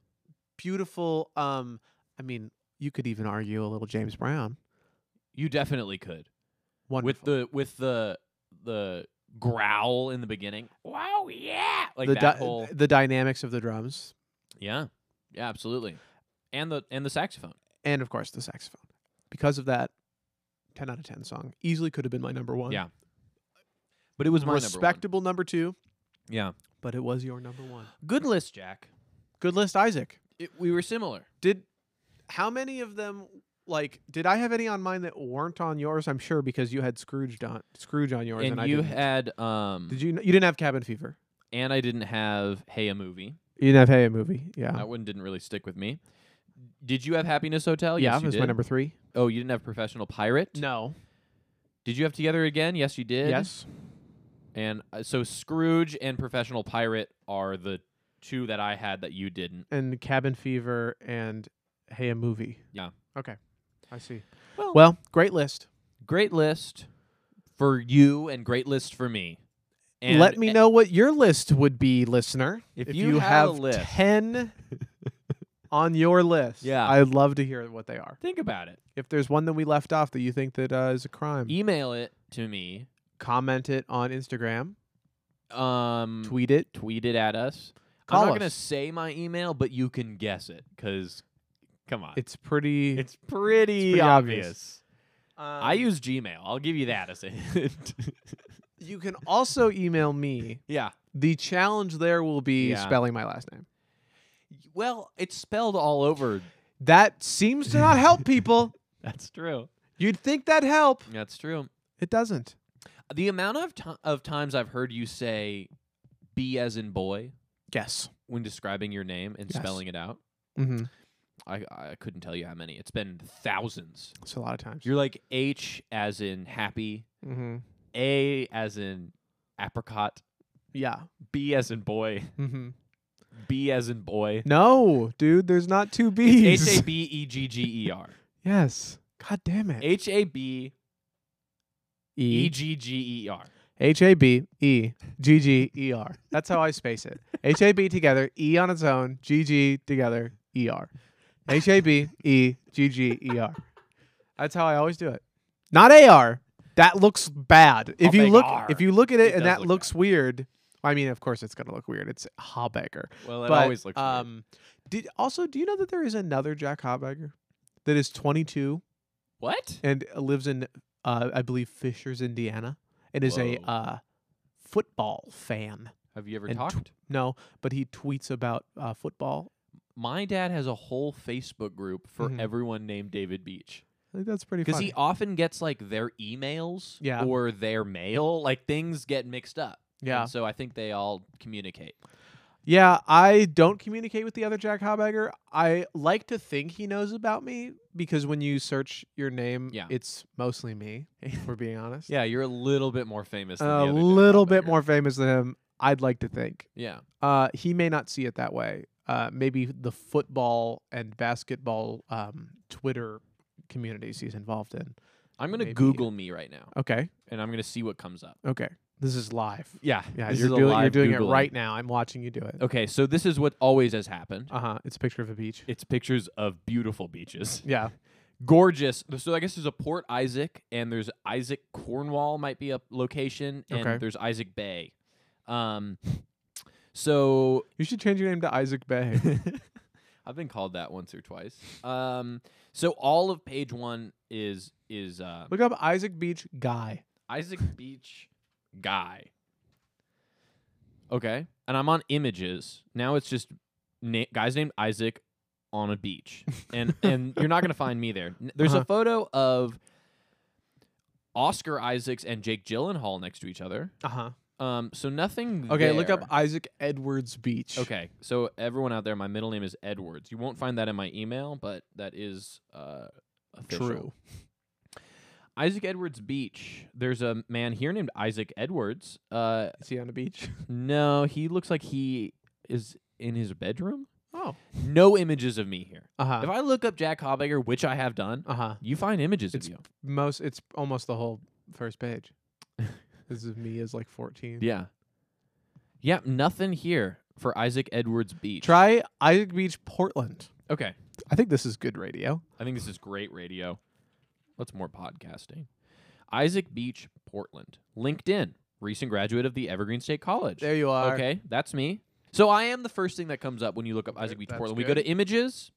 Speaker 3: beautiful. Um, I mean, you could even argue a little James Brown.
Speaker 1: You definitely could.
Speaker 3: Wonderful.
Speaker 1: With the with the the growl in the beginning. Wow, yeah. Like
Speaker 3: the
Speaker 1: that
Speaker 3: dy-
Speaker 1: whole
Speaker 3: the dynamics of the drums,
Speaker 1: Yeah. Yeah, absolutely. And the and the saxophone.
Speaker 3: and of course the saxophone. Because of that, ten out of ten song easily could have been my number one.
Speaker 1: Yeah. But it was my
Speaker 3: respectable number two,
Speaker 1: number one. Yeah.
Speaker 3: but it was your number one.
Speaker 1: Good list, Jack.
Speaker 3: Good list, Isaac.
Speaker 1: It, we were similar.
Speaker 3: Did how many of them like, did I have any on mine that weren't on yours? I'm sure because you had Scrooge on Scrooge on yours, and,
Speaker 1: and
Speaker 3: I
Speaker 1: you
Speaker 3: didn't.
Speaker 1: had um
Speaker 3: did you you didn't have Cabin Fever?
Speaker 1: and I didn't have Hey a movie.
Speaker 3: You didn't have Hey a movie, yeah,
Speaker 1: That one didn't really stick with me. Did you have Happiness Hotel?
Speaker 3: yeah.
Speaker 1: yes, you
Speaker 3: was
Speaker 1: did.
Speaker 3: my number three.
Speaker 1: Oh, you didn't have Professional Pirate?
Speaker 3: No.
Speaker 1: Did you have Together Again? Yes, you did.
Speaker 3: Yes.
Speaker 1: And uh, so Scrooge and Professional Pirate are the two that I had that you didn't.
Speaker 3: And Cabin Fever and Hey a movie.
Speaker 1: Yeah.
Speaker 3: Okay, I see.
Speaker 1: Well-
Speaker 3: well great list.
Speaker 1: Great list for you and great list for me. And
Speaker 3: Let me know what your list would be, listener.
Speaker 1: If you had a list.
Speaker 3: ten on your list,
Speaker 1: Yeah.
Speaker 3: I'd love to hear what they are.
Speaker 1: Think about it.
Speaker 3: If there's one that we left off that you think that uh, is a crime,
Speaker 1: Email it to me.
Speaker 3: comment it on Instagram,
Speaker 1: Um,
Speaker 3: tweet it.
Speaker 1: tweet it at us.
Speaker 3: Call
Speaker 1: I'm not gonna
Speaker 3: us.
Speaker 1: say my email, but you can guess it. Cause, come on,
Speaker 3: It's pretty.
Speaker 1: uh, it's pretty,
Speaker 3: pretty
Speaker 1: obvious.
Speaker 3: obvious.
Speaker 1: I
Speaker 3: um,
Speaker 1: use Gmail. I'll give you that as a hint.
Speaker 3: You can also email me.
Speaker 1: yeah.
Speaker 3: The challenge there will be
Speaker 1: Yeah.
Speaker 3: spelling my last name.
Speaker 1: Well, it's spelled all over.
Speaker 3: That seems to not help people.
Speaker 1: That's true.
Speaker 3: You'd think that'd help.
Speaker 1: That's true.
Speaker 3: It doesn't.
Speaker 1: The amount of ti of times I've heard you say "b" as in boy
Speaker 3: Yes.
Speaker 1: when describing your name and
Speaker 3: Yes.
Speaker 1: spelling it out,
Speaker 3: Mm-hmm.
Speaker 1: I I couldn't tell you how many. It's been thousands.
Speaker 3: It's a lot of times.
Speaker 1: You're like H as in happy,
Speaker 3: mm-hmm.
Speaker 1: A as in apricot,
Speaker 3: Yeah.
Speaker 1: B as in boy,
Speaker 3: Mm-hmm.
Speaker 1: B as in boy.
Speaker 3: No, dude, there's not two B's.
Speaker 1: H A B E G G E R.
Speaker 3: yes. God damn it.
Speaker 1: H A B E G G E R.
Speaker 3: H A B E G G E R. That's how I space it. H A B together, E on its own, G G together, E R. H A B E G G E R. That's how I always do it. Not A R. That looks bad. If
Speaker 1: I'll
Speaker 3: you
Speaker 1: make
Speaker 3: look
Speaker 1: R.
Speaker 3: if you look at it,
Speaker 1: It does
Speaker 3: and that
Speaker 1: look
Speaker 3: looks weird. I mean, of course it's gonna look weird. It's Hobegger.
Speaker 1: Well, it
Speaker 3: but
Speaker 1: always looks weird.
Speaker 3: um did also do you know that there is another Jack Hobegger that is twenty two
Speaker 1: What?
Speaker 3: and lives in uh, I believe Fishers, Indiana, and is a
Speaker 1: Whoa.
Speaker 3: uh, football fan.
Speaker 1: Have you ever
Speaker 3: and tw-
Speaker 1: talked?
Speaker 3: No, but he tweets about uh, football.
Speaker 1: My dad has a whole Facebook group for
Speaker 3: Mhm.
Speaker 1: everyone named David Beach
Speaker 3: I think that's pretty
Speaker 1: because
Speaker 3: funny.
Speaker 1: he often gets like their emails
Speaker 3: Yeah.
Speaker 1: or their mail. Like things get mixed up. And
Speaker 3: yeah,
Speaker 1: so I think they all communicate.
Speaker 3: yeah. I don't communicate with the other Jack Hobegger. I like to think he knows about me because when you search your name,
Speaker 1: Yeah.
Speaker 3: it's mostly me. if we're being honest.
Speaker 1: Yeah, you're a little bit more famous. Than the
Speaker 3: a
Speaker 1: other Jack
Speaker 3: little bit
Speaker 1: Hotbagger.
Speaker 3: more famous than him. I'd like to think.
Speaker 1: Yeah.
Speaker 3: Uh, he may not see it that way. Uh, maybe the football and basketball um, Twitter communities he's involved in.
Speaker 1: I'm gonna
Speaker 3: Maybe.
Speaker 1: Google me right now,
Speaker 3: Okay,
Speaker 1: and I'm gonna see what comes up.
Speaker 3: okay. This is live.
Speaker 1: Yeah.
Speaker 3: Yeah,
Speaker 1: this
Speaker 3: you're
Speaker 1: is a
Speaker 3: doing you're
Speaker 1: live
Speaker 3: doing
Speaker 1: Googling.
Speaker 3: it right now. I'm watching you do it.
Speaker 1: Okay, so this is what always has happened.
Speaker 3: Uh huh. It's a picture of a beach.
Speaker 1: It's pictures of beautiful beaches.
Speaker 3: Yeah.
Speaker 1: gorgeous. So I guess there's a Port Isaac, and there's Isaac Cornwall might be a location, and
Speaker 3: Okay.
Speaker 1: there's Isaac Bay. Um, so
Speaker 3: You should change your name to Isaac Bay.
Speaker 1: I've been called that once or twice. Um, so all of page one is is uh,
Speaker 3: Look up Isaac Beach guy.
Speaker 1: Isaac Beach guy. Okay, and I'm on images now. It's just na- guys named Isaac on a beach, and and you're not gonna find me there. N- There's a
Speaker 3: Uh-huh.
Speaker 1: photo of Oscar Isaacs and Jake Gyllenhaal next to each other.
Speaker 3: Uh huh.
Speaker 1: Um, so nothing.
Speaker 3: Okay. Look up
Speaker 1: there.
Speaker 3: Isaac Edwards Beach.
Speaker 1: Okay, so everyone out there, my middle name is Edwards. You won't find that in my email, but that is uh, official.
Speaker 3: True.
Speaker 1: Isaac Edwards Beach. There's a man here named Isaac Edwards. Uh,
Speaker 3: Is he on a beach?
Speaker 1: no, he looks like he is in his bedroom.
Speaker 3: Oh.
Speaker 1: No images of me here.
Speaker 3: Uh huh.
Speaker 1: if I look up Jack Hobegger, which I have done,
Speaker 3: Uh huh.
Speaker 1: you find images
Speaker 3: It's
Speaker 1: of you.
Speaker 3: Most. It's almost the whole first page. this is me as like 14.
Speaker 1: Yeah. Yeah, nothing here for Isaac Edwards Beach.
Speaker 3: Try Isaac Beach, Portland.
Speaker 1: Okay.
Speaker 3: I think this is good radio.
Speaker 1: I think this is great radio. What's more podcasting? Isaac Beach, Portland. LinkedIn, recent graduate of the Evergreen State College.
Speaker 3: There you are.
Speaker 1: Okay, that's me. So I am the first thing that comes up when you look up Isaac Beach,
Speaker 3: that's
Speaker 1: Portland. We go to
Speaker 3: good.
Speaker 1: images.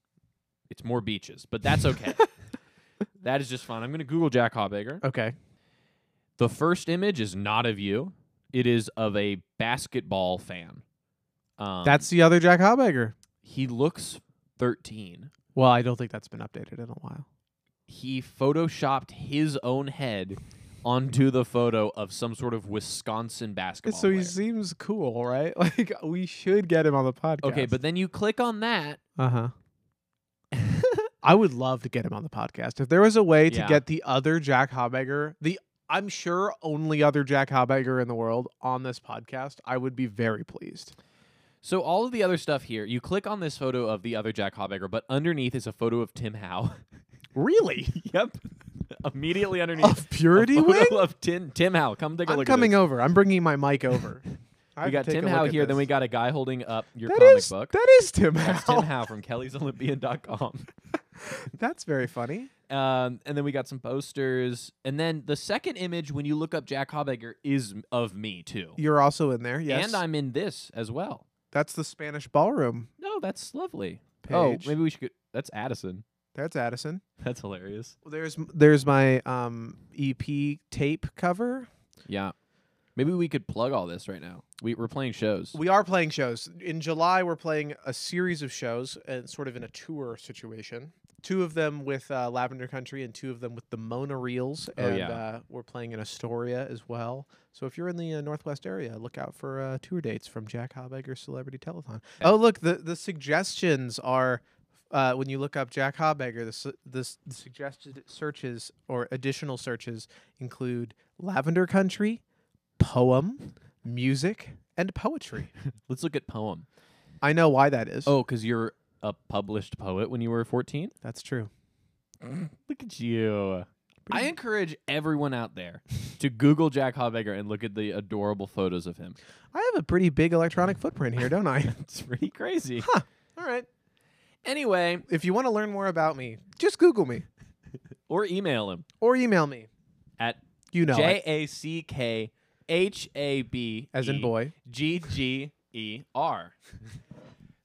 Speaker 1: It's more beaches, but that's okay. that is just fine. I'm going to Google Jack Hobegger.
Speaker 3: Okay.
Speaker 1: The first image is not of you. It is of a basketball fan. Um,
Speaker 3: That's the other Jack Hobegger.
Speaker 1: he looks 13.
Speaker 3: Well, I don't think that's been updated in a while.
Speaker 1: he photoshopped his own head onto the photo of some sort of Wisconsin basketball.
Speaker 3: so he
Speaker 1: player.
Speaker 3: seems cool, right? Like we should get him on the podcast.
Speaker 1: okay, but then you click on that.
Speaker 3: uh huh. I would love to get him on the podcast. If there was a way to
Speaker 1: Yeah.
Speaker 3: get the other Jack Hobegger, the I'm sure only other Jack Hobegger in the world on this podcast, I would be very pleased.
Speaker 1: So all of the other stuff here, you click on this photo of the other Jack Hobegger, but underneath is a photo of Tim Howe.
Speaker 3: Really?
Speaker 1: yep. Immediately underneath.
Speaker 3: Of Purity
Speaker 1: a
Speaker 3: Wing?
Speaker 1: photo of Tim, Tim Howe. Come take a
Speaker 3: I'm
Speaker 1: look
Speaker 3: coming
Speaker 1: at this.
Speaker 3: over. I'm bringing my mic over. I
Speaker 1: We
Speaker 3: have
Speaker 1: got
Speaker 3: to take
Speaker 1: Tim
Speaker 3: a
Speaker 1: Howe
Speaker 3: look at
Speaker 1: here, then
Speaker 3: this.
Speaker 1: we got a guy holding up your
Speaker 3: That
Speaker 1: comic
Speaker 3: is-
Speaker 1: book.
Speaker 3: That is Tim
Speaker 1: That's
Speaker 3: Howe.
Speaker 1: Tim Howe from kellysolympian.com.
Speaker 3: That's very funny.
Speaker 1: Um, and then we got some posters. And then the second image, when you look up Jack Hobegger, is m- of me too.
Speaker 3: You're also in there. Yes.
Speaker 1: And I'm in this as well.
Speaker 3: That's the Spanish ballroom
Speaker 1: No, that's lovely. Oh,
Speaker 3: page.
Speaker 1: maybe we should. Go- that's Addison.
Speaker 3: That's Addison.
Speaker 1: That's hilarious.
Speaker 3: There's there's my um EP tape cover.
Speaker 1: Yeah. Maybe we could plug all this right now. We, we're playing shows.
Speaker 3: We are playing shows. In July, we're playing a series of shows and sort of in a tour situation. Two of them with uh, Lavender Country and two of them with the Mona Reels.
Speaker 1: Oh,
Speaker 3: and
Speaker 1: yeah.
Speaker 3: uh, we're playing in Astoria as well. So if you're in the uh, Northwest area, look out for uh, tour dates from Jack Hobegger's Celebrity Telethon. Oh, look, the, the suggestions are uh, when you look up Jack Hobegger, the, su- the, s- the suggested searches or additional searches include Lavender Country, poem, music, and poetry.
Speaker 1: Let's look at poem.
Speaker 3: I know why that is.
Speaker 1: Oh, because you're a published poet when you were 14?
Speaker 3: that's true.
Speaker 1: Look at you. I encourage everyone out there to Google Jack Hobegger and look at the adorable photos of him.
Speaker 3: I have a pretty big electronic footprint here, don't I?
Speaker 1: It's pretty crazy.
Speaker 3: All right.
Speaker 1: Anyway,
Speaker 3: If you want to learn more about me, just Google me
Speaker 1: or email him
Speaker 3: or email me.
Speaker 1: at
Speaker 3: You know,
Speaker 1: J
Speaker 3: it.
Speaker 1: A C K H A B E
Speaker 3: as in boy.
Speaker 1: G G E R.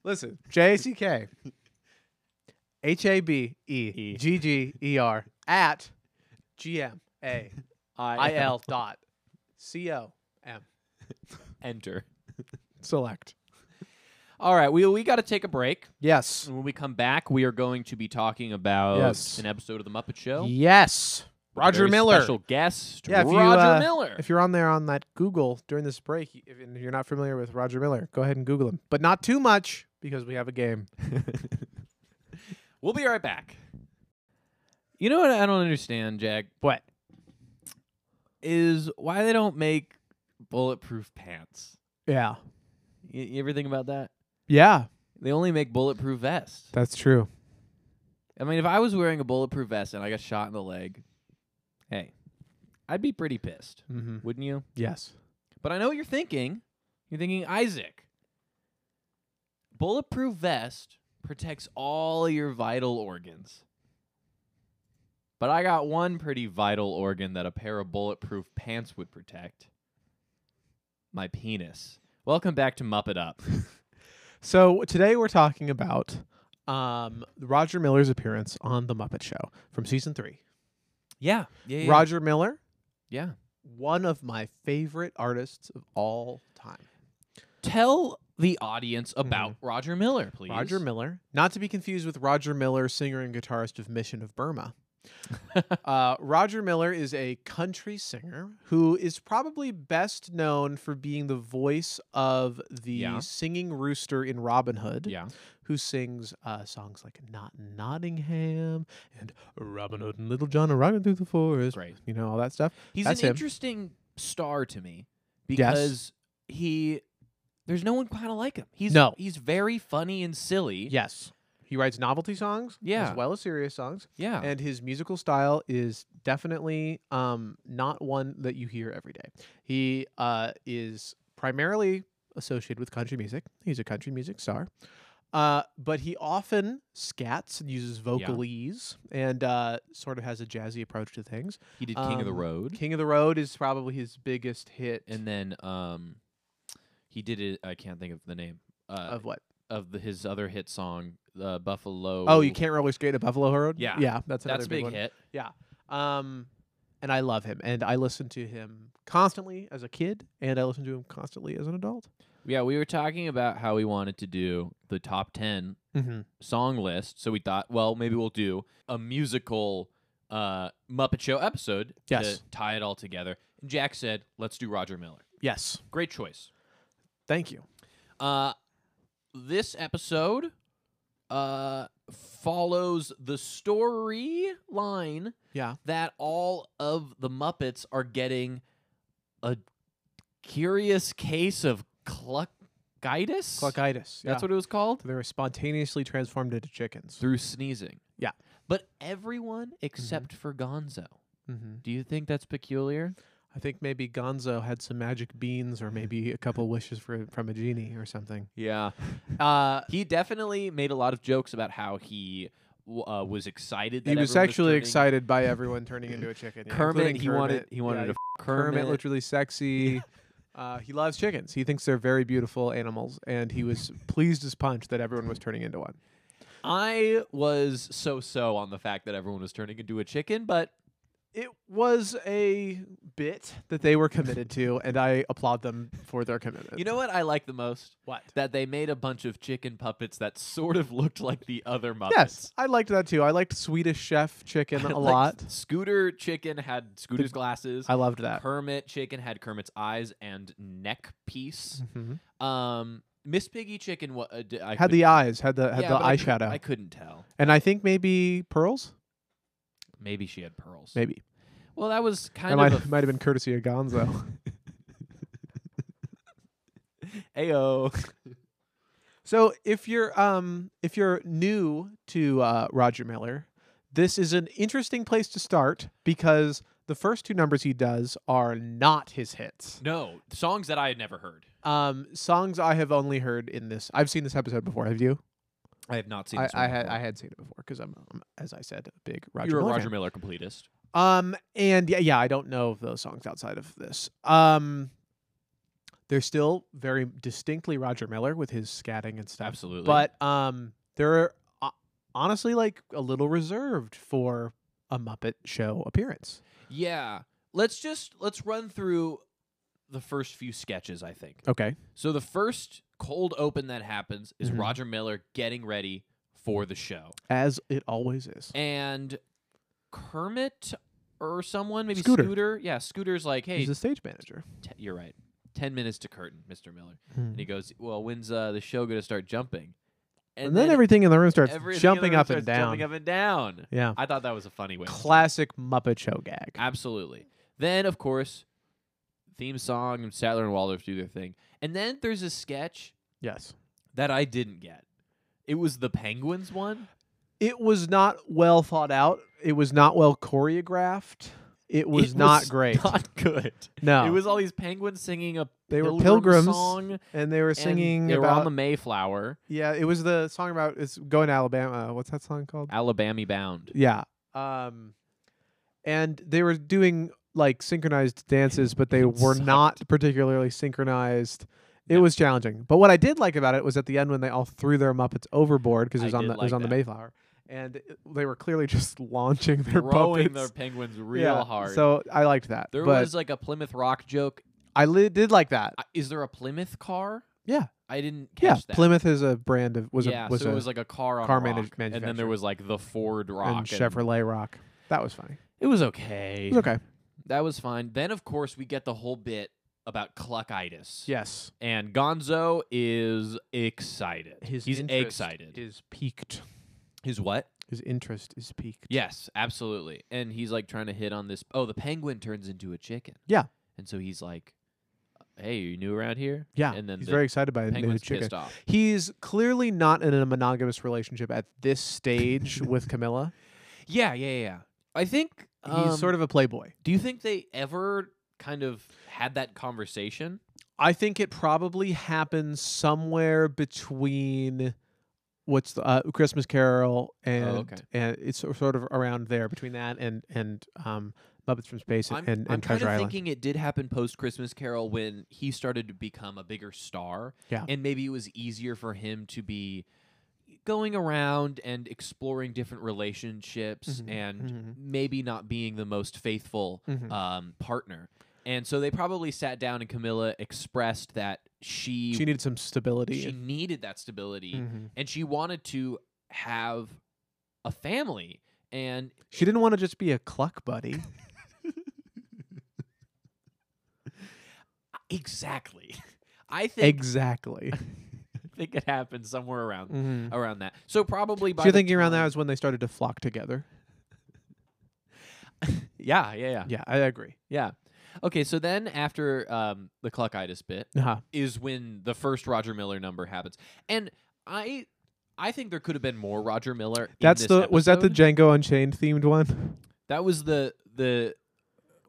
Speaker 3: Listen, J E C K H A B E G G E R at G M A I L dot C O M.
Speaker 1: Enter.
Speaker 3: Select.
Speaker 1: All right, we we got to take a break.
Speaker 3: Yes.
Speaker 1: And when we come back, we are going to be talking about
Speaker 3: Yes.
Speaker 1: an episode of the Muppet Show.
Speaker 3: Yes.
Speaker 1: with a
Speaker 3: Roger
Speaker 1: very
Speaker 3: Miller.
Speaker 1: special guest.
Speaker 3: Yeah, if you,
Speaker 1: Roger
Speaker 3: uh,
Speaker 1: Miller.
Speaker 3: If you're on there on that Google during this break, y- if you're not familiar with Roger Miller, go ahead and Google him, but not too much because we have a game.
Speaker 1: we'll be right back. You know what I don't understand, Jack,
Speaker 3: What?
Speaker 1: is why they don't make bulletproof pants.
Speaker 3: Yeah.
Speaker 1: You, you ever think about that?
Speaker 3: Yeah,
Speaker 1: They only make bulletproof vests.
Speaker 3: that's true.
Speaker 1: I mean, if I was wearing a bulletproof vest and I got shot in the leg, hey, I'd be pretty pissed,
Speaker 3: Mm-hmm.
Speaker 1: wouldn't you?
Speaker 3: Yes.
Speaker 1: But I know what you're thinking. You're thinking, Isaac, bulletproof vest protects all your vital organs. But I got one pretty vital organ that a pair of bulletproof pants would protect my penis. Welcome back to Muppet Up.
Speaker 3: So today we're talking about um, Roger Miller's appearance on The Muppet Show from season three.
Speaker 1: yeah. Yeah. yeah,
Speaker 3: Roger Miller,
Speaker 1: Yeah.
Speaker 3: one of my favorite artists of all time.
Speaker 1: Tell the audience about Roger Miller, please.
Speaker 3: Mm-hmm. Roger Miller, not to be confused with Roger Miller, singer and guitarist of Mission of Burma. uh, Roger Miller is a country singer who is probably best known for being the voice of the
Speaker 1: Yeah.
Speaker 3: singing rooster in Robin Hood,
Speaker 1: Yeah.
Speaker 3: who sings uh, songs like Not in Nottingham and Robin Hood and Little John are riding through the forest,
Speaker 1: Great.
Speaker 3: you know, all that stuff.
Speaker 1: He's
Speaker 3: That's
Speaker 1: an
Speaker 3: him.
Speaker 1: interesting star to me because he there's no one kind of like him. He's
Speaker 3: No.
Speaker 1: he's very funny and silly.
Speaker 3: Yes. He writes novelty songs
Speaker 1: Yeah. Oh.
Speaker 3: as well as serious songs.
Speaker 1: Yeah.
Speaker 3: and his musical style is definitely um, not one that you hear every day. He uh, is primarily associated with country music. He's a country music star, uh, but he often scats and uses vocalese and uh, sort of has a jazzy approach to things.
Speaker 1: he did King of the
Speaker 3: um,
Speaker 1: Road
Speaker 3: King of the Road is probably his biggest hit.
Speaker 1: and then um he did it I can't think of the name uh,
Speaker 3: of
Speaker 1: of
Speaker 3: what?
Speaker 1: the, his other hit song uh, Buffalo
Speaker 3: Oh, you can't roller skate at Buffalo Road.
Speaker 1: Yeah.
Speaker 3: yeah, that's another
Speaker 1: That's a big,
Speaker 3: one.
Speaker 1: hit.
Speaker 3: Um, and I love him, and I listen to him constantly as a kid, and I listen to him constantly as an adult.
Speaker 1: Yeah, we were talking about how we wanted to do the top 10
Speaker 3: Mm-hmm.
Speaker 1: song list, so we thought, well, maybe we'll do a musical uh, Muppet Show episode
Speaker 3: Yes.
Speaker 1: to tie it all together. And Jack said, "Let's do Roger Miller."
Speaker 3: Yes.
Speaker 1: Great choice.
Speaker 3: Thank you.
Speaker 1: Uh, this episode uh, follows the storyline
Speaker 3: Yeah.
Speaker 1: that all of the Muppets are getting a curious case of cluckitis.
Speaker 3: Cluckitis.
Speaker 1: That's what it was called.
Speaker 3: they were spontaneously transformed into chickens.
Speaker 1: Through sneezing.
Speaker 3: Yeah.
Speaker 1: But everyone except for Gonzo.
Speaker 3: Mm-hmm.
Speaker 1: Do you think that's peculiar?
Speaker 3: I think maybe Gonzo had some magic beans, or maybe a couple wishes for, from a genie or something.
Speaker 1: Yeah. Uh, he definitely made a lot of jokes about how he w- uh, was excited. That
Speaker 3: he was
Speaker 1: everyone
Speaker 3: actually
Speaker 1: turning-
Speaker 3: excited by everyone turning into a chicken. yeah,
Speaker 1: Kermit.
Speaker 3: including
Speaker 1: He wanted.
Speaker 3: Kermit.
Speaker 1: He wanted
Speaker 3: Yeah,
Speaker 1: to f-
Speaker 3: Kermit,
Speaker 1: Kermit.
Speaker 3: looked really sexy. Uh, he loves chickens. He thinks they're very beautiful animals, and he was pleased as punch that everyone was turning into one.
Speaker 1: I was so so on the fact that everyone was turning into a chicken, but
Speaker 3: It was a bit that they were committed to, and I applaud them for their commitment.
Speaker 1: you know what I like the most?
Speaker 3: what?
Speaker 1: That they made a bunch of chicken puppets that sort of looked like the other Muppets.
Speaker 3: Yes, I liked that too. I liked Swedish Chef chicken a
Speaker 1: Like,
Speaker 3: lot.
Speaker 1: Scooter Chicken had Scooter's glasses.
Speaker 3: I loved that.
Speaker 1: Kermit Chicken had Kermit's eyes and neck piece.
Speaker 3: Mhm.
Speaker 1: Um, Miss Piggy Chicken wa- uh, d- I
Speaker 3: Had the eyes, had the
Speaker 1: couldn't-
Speaker 3: had
Speaker 1: Yeah,
Speaker 3: the
Speaker 1: but I cou-
Speaker 3: eyeshadow,
Speaker 1: I couldn't tell.
Speaker 3: and I think maybe pearls.
Speaker 1: Maybe she had pearls.
Speaker 3: Maybe
Speaker 1: Well, that was
Speaker 3: that
Speaker 1: kind
Speaker 3: might,
Speaker 1: of a
Speaker 3: might have been courtesy of Gonzo.
Speaker 1: ayo.
Speaker 3: So if you're um if you're new to uh, Roger Miller, this is an interesting place to start because the first two numbers he does are not his hits.
Speaker 1: No songs that I had never heard.
Speaker 3: Um, songs I have only heard in this. I've seen this episode before. Have you?
Speaker 1: I have not seen.
Speaker 3: I,
Speaker 1: This
Speaker 3: I
Speaker 1: one
Speaker 3: had
Speaker 1: before.
Speaker 3: I had seen it before because I'm, I'm, as I said a big Roger.
Speaker 1: You're a
Speaker 3: Miller fan.
Speaker 1: Roger Miller completist.
Speaker 3: Um, and yeah, yeah, I don't know of those songs outside of this. Um, they're still very distinctly Roger Miller with his scatting and stuff.
Speaker 1: Absolutely.
Speaker 3: But um, they're uh, honestly like a little reserved for a Muppet Show appearance.
Speaker 1: yeah, let's just let's run through the first few sketches. I think.
Speaker 3: Okay.
Speaker 1: So the first cold open that happens is
Speaker 3: Mhm.
Speaker 1: Roger Miller getting ready for the show,
Speaker 3: As it always is.
Speaker 1: and Kermit or someone, maybe
Speaker 3: Scooter.
Speaker 1: Yeah, Scooter's like, hey,
Speaker 3: He's a stage manager.
Speaker 1: t- you're right. Ten minutes to curtain, Mister Miller,
Speaker 3: Hmm.
Speaker 1: and he goes, well, when's uh, the show going to start jumping?
Speaker 3: And, then, everything in the room starts
Speaker 1: everything in
Speaker 3: jumping
Speaker 1: the room
Speaker 3: up and
Speaker 1: starts
Speaker 3: down.
Speaker 1: jumping up and down.
Speaker 3: Yeah.
Speaker 1: I thought that was a funny way. to
Speaker 3: Classic Muppet Show gag.
Speaker 1: Absolutely. Then, of course, theme song and Sattler and Waldorf do their thing. And then there's a sketch
Speaker 3: yes.
Speaker 1: that I didn't get. It was the Penguins one.
Speaker 3: it was not well thought out. It was not well choreographed. It was
Speaker 1: It
Speaker 3: not great.
Speaker 1: Not good.
Speaker 3: No.
Speaker 1: It was all these penguins singing a
Speaker 3: They were
Speaker 1: Pilgrim
Speaker 3: pilgrims
Speaker 1: song. and
Speaker 3: and they were singing
Speaker 1: They were
Speaker 3: about
Speaker 1: on the Mayflower,
Speaker 3: yeah. It was the song about it's going to Alabama. What's that song called?
Speaker 1: Alabama bound.
Speaker 3: yeah. Um, and they were doing like synchronized dances, but they
Speaker 1: It
Speaker 3: were
Speaker 1: sucked.
Speaker 3: not particularly synchronized. It
Speaker 1: No.
Speaker 3: was challenging. But what I did like about it was at the end when they all threw their Muppets overboard because it
Speaker 1: I
Speaker 3: was on
Speaker 1: did
Speaker 3: the it was
Speaker 1: like
Speaker 3: on the
Speaker 1: that.
Speaker 3: Mayflower, and it- they were clearly just launching their
Speaker 1: Throwing
Speaker 3: puppets.
Speaker 1: their penguins real
Speaker 3: Yeah,
Speaker 1: hard.
Speaker 3: So I liked that.
Speaker 1: there
Speaker 3: but
Speaker 1: was like a Plymouth Rock joke.
Speaker 3: I li- did like that.
Speaker 1: Uh, Is there a Plymouth car?
Speaker 3: Yeah.
Speaker 1: I didn't catch
Speaker 3: yeah,
Speaker 1: that.
Speaker 3: Plymouth is a brand of was
Speaker 1: yeah,
Speaker 3: a was
Speaker 1: so
Speaker 3: a
Speaker 1: it was like a car on
Speaker 3: car
Speaker 1: a rock,
Speaker 3: manage-
Speaker 1: and then
Speaker 3: manufacturer.
Speaker 1: there was like the Ford Rock
Speaker 3: and Chevrolet Rock. That was funny.
Speaker 1: It was okay.
Speaker 3: It was okay.
Speaker 1: That was fine. Then of course we get the whole bit about cluckitis.
Speaker 3: Yes,
Speaker 1: And Gonzo is excited. He's excited.
Speaker 3: Is peaked.
Speaker 1: His what?
Speaker 3: His interest is peaked.
Speaker 1: Yes, absolutely. And he's like trying to hit on this oh, the penguin turns into a chicken.
Speaker 3: Yeah.
Speaker 1: And so he's like, uh, Hey, are you new around here?
Speaker 3: Yeah,
Speaker 1: And then
Speaker 3: he's
Speaker 1: the
Speaker 3: very excited by the new
Speaker 1: penguin's
Speaker 3: chicken.
Speaker 1: pissed off.
Speaker 3: He's clearly not in a monogamous relationship at this stage with Camilla.
Speaker 1: Yeah, yeah, yeah, yeah. I think
Speaker 3: He's
Speaker 1: um,
Speaker 3: sort of a playboy.
Speaker 1: do you think they ever kind of had that conversation?
Speaker 3: I think it probably happens somewhere between what's the uh, Christmas Carol and
Speaker 1: okay.
Speaker 3: and it's sor- sort of around there between that and and um, Muppets from Space and,
Speaker 1: I'm,
Speaker 3: and,
Speaker 1: I'm
Speaker 3: Treasure
Speaker 1: kind of
Speaker 3: Island.
Speaker 1: thinking it did happen post Christmas Carol when he started to become a bigger star.
Speaker 3: Yeah.
Speaker 1: And maybe it was easier for him to be going around and exploring different relationships
Speaker 3: Mhm,
Speaker 1: and
Speaker 3: mhm.
Speaker 1: maybe not being the most faithful
Speaker 3: Mhm.
Speaker 1: um, partner. And so they probably sat down and Camilla expressed that she
Speaker 3: she needed Mm. some stability. Mm-hmm.
Speaker 1: she needed that stability
Speaker 3: Mhm.
Speaker 1: and she wanted to have a family and
Speaker 3: She didn't want to just be a cluck buddy.
Speaker 1: exactly, I think
Speaker 3: exactly.
Speaker 1: I think it happened somewhere around
Speaker 3: Mhm.
Speaker 1: around that. So probably by
Speaker 3: So you're
Speaker 1: the
Speaker 3: thinking around that
Speaker 1: time-
Speaker 3: was when they started to flock together.
Speaker 1: yeah, yeah, yeah,
Speaker 3: Yeah, I agree.
Speaker 1: yeah. Okay, so then after um, the Cluckitis bit
Speaker 3: Uh-huh.
Speaker 1: is when the first Roger Miller number happens, and I I think there could have been more Roger Miller. in
Speaker 3: That's
Speaker 1: this
Speaker 3: the was that the
Speaker 1: episode.
Speaker 3: Django Unchained themed one
Speaker 1: that was the the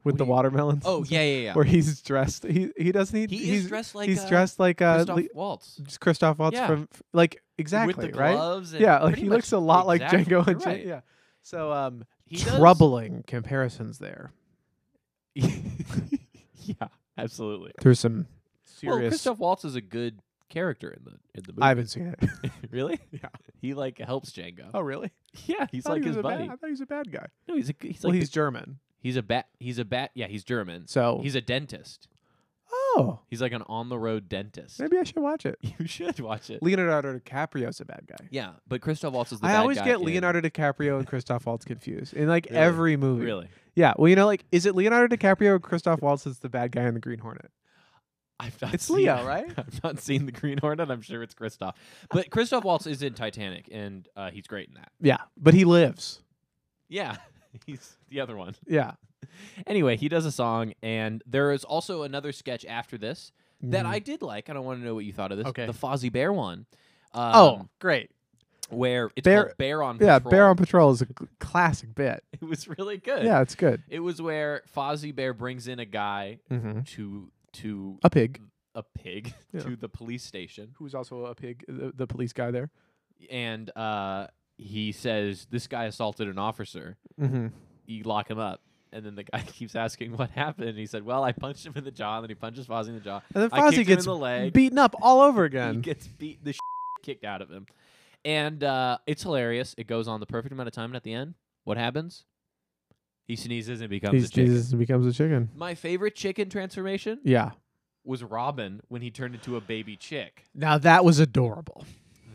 Speaker 3: with
Speaker 1: What
Speaker 3: the
Speaker 1: do you-
Speaker 3: watermelons?
Speaker 1: oh yeah yeah yeah.
Speaker 3: where he's dressed. He he doesn't he,
Speaker 1: He is
Speaker 3: he's
Speaker 1: dressed like,
Speaker 3: he's
Speaker 1: uh,
Speaker 3: dressed like uh
Speaker 1: Christoph
Speaker 3: Le-
Speaker 1: Waltz
Speaker 3: just Christoph Waltz
Speaker 1: Yeah.
Speaker 3: from f- like exactly
Speaker 1: with the
Speaker 3: right.
Speaker 1: gloves. and
Speaker 3: Yeah, like
Speaker 1: pretty
Speaker 3: he
Speaker 1: much
Speaker 3: looks a lot
Speaker 1: exactly-
Speaker 3: like Django
Speaker 1: you're
Speaker 3: Unchained.
Speaker 1: right.
Speaker 3: Yeah. So um,
Speaker 1: He does-
Speaker 3: troubling comparisons there.
Speaker 1: yeah, absolutely.
Speaker 3: There's some
Speaker 1: Well,
Speaker 3: serious.
Speaker 1: Christoph Waltz is a good character in the in the movie.
Speaker 3: I haven't seen it.
Speaker 1: really? Yeah. He like helps Django.
Speaker 3: oh really?
Speaker 1: Yeah, he's
Speaker 3: Thought
Speaker 1: like
Speaker 3: he was
Speaker 1: his
Speaker 3: a bad-
Speaker 1: buddy.
Speaker 3: I thought he was a bad guy.
Speaker 1: No, he's a g- he's
Speaker 3: well,
Speaker 1: like
Speaker 3: he's
Speaker 1: the-
Speaker 3: German.
Speaker 1: he's a bat he's a bat yeah, he's German.
Speaker 3: So
Speaker 1: He's a dentist.
Speaker 3: oh,
Speaker 1: He's like an on the road dentist.
Speaker 3: maybe I should watch it.
Speaker 1: You should watch it.
Speaker 3: Leonardo DiCaprio's a bad guy.
Speaker 1: yeah, but Christoph Waltz is the
Speaker 3: I
Speaker 1: bad
Speaker 3: always
Speaker 1: guy
Speaker 3: get
Speaker 1: in-
Speaker 3: Leonardo DiCaprio and Christoph Waltz confused in like
Speaker 1: Really?
Speaker 3: every movie.
Speaker 1: Really?
Speaker 3: Yeah. Well, you know, like, is it Leonardo DiCaprio or Christoph Waltz is the bad guy in the Green Hornet?
Speaker 1: I've not
Speaker 3: It's
Speaker 1: seen-
Speaker 3: Leo, right?
Speaker 1: I've not seen the Green Hornet. I'm sure it's Christoph. But Christoph Waltz is in Titanic, and uh, he's great in that.
Speaker 3: Yeah, but he lives.
Speaker 1: Yeah, he's the other one.
Speaker 3: Yeah.
Speaker 1: Anyway, he does a song, and there is also another sketch after this that
Speaker 3: Mhm.
Speaker 1: I did like, and I want to know what you thought of this.
Speaker 3: Okay.
Speaker 1: the Fozzie Bear one. Um,
Speaker 3: oh, great.
Speaker 1: where it's
Speaker 3: Bear-
Speaker 1: called Bear on
Speaker 3: Yeah,
Speaker 1: Patrol.
Speaker 3: Bear on Patrol is a cl- classic bit.
Speaker 1: It was really good.
Speaker 3: Yeah, it's good.
Speaker 1: it was where Fozzie Bear brings in a guy
Speaker 3: Mm-hmm.
Speaker 1: to to
Speaker 3: A pig
Speaker 1: a pig
Speaker 3: Yeah.
Speaker 1: to the police station,
Speaker 3: who's also a pig, the, the police guy there.
Speaker 1: and uh, he says this guy assaulted an officer.
Speaker 3: Mm-hmm.
Speaker 1: you lock him up. And then the guy keeps asking what happened. And he said, Well, I punched him in the jaw. And then he punches Fozzie in the jaw.
Speaker 3: And then
Speaker 1: I kicked
Speaker 3: Fozzie
Speaker 1: him
Speaker 3: gets
Speaker 1: in the leg.
Speaker 3: beaten up all over
Speaker 1: he
Speaker 3: again.
Speaker 1: gets beat the kicked out of him. And uh, it's hilarious. It goes on the perfect amount of time. And at the end, what happens? He sneezes and becomes
Speaker 3: He's
Speaker 1: a chicken.
Speaker 3: Jesus and becomes a chicken.
Speaker 1: My favorite chicken transformation
Speaker 3: Yeah.
Speaker 1: was Robin when he turned into a baby chick.
Speaker 3: Now that was adorable.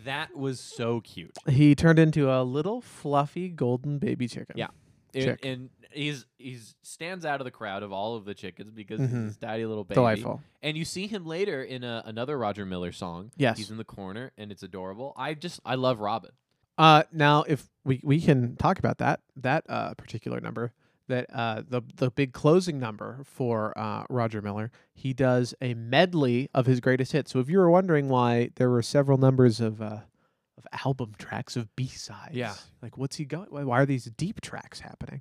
Speaker 1: That was so cute.
Speaker 3: He turned into a little fluffy golden baby chicken.
Speaker 1: Yeah. And-
Speaker 3: Chick.
Speaker 1: And he's he's stands out of the crowd of all of the chickens because
Speaker 3: Mhm.
Speaker 1: he's this tiny little baby.
Speaker 3: Delightful.
Speaker 1: And you see him later in a, another Roger Miller song.
Speaker 3: Yes.
Speaker 1: He's in the corner and it's adorable. I just, I love Robin.
Speaker 3: Uh, now, if we we can talk about that that uh, particular number, that uh, the the big closing number for uh, Roger Miller, he does a medley of his greatest hits. So if you were wondering why there were several numbers of uh, of album tracks of B sides,
Speaker 1: Yeah.
Speaker 3: like what's he going? Why why are these deep tracks happening?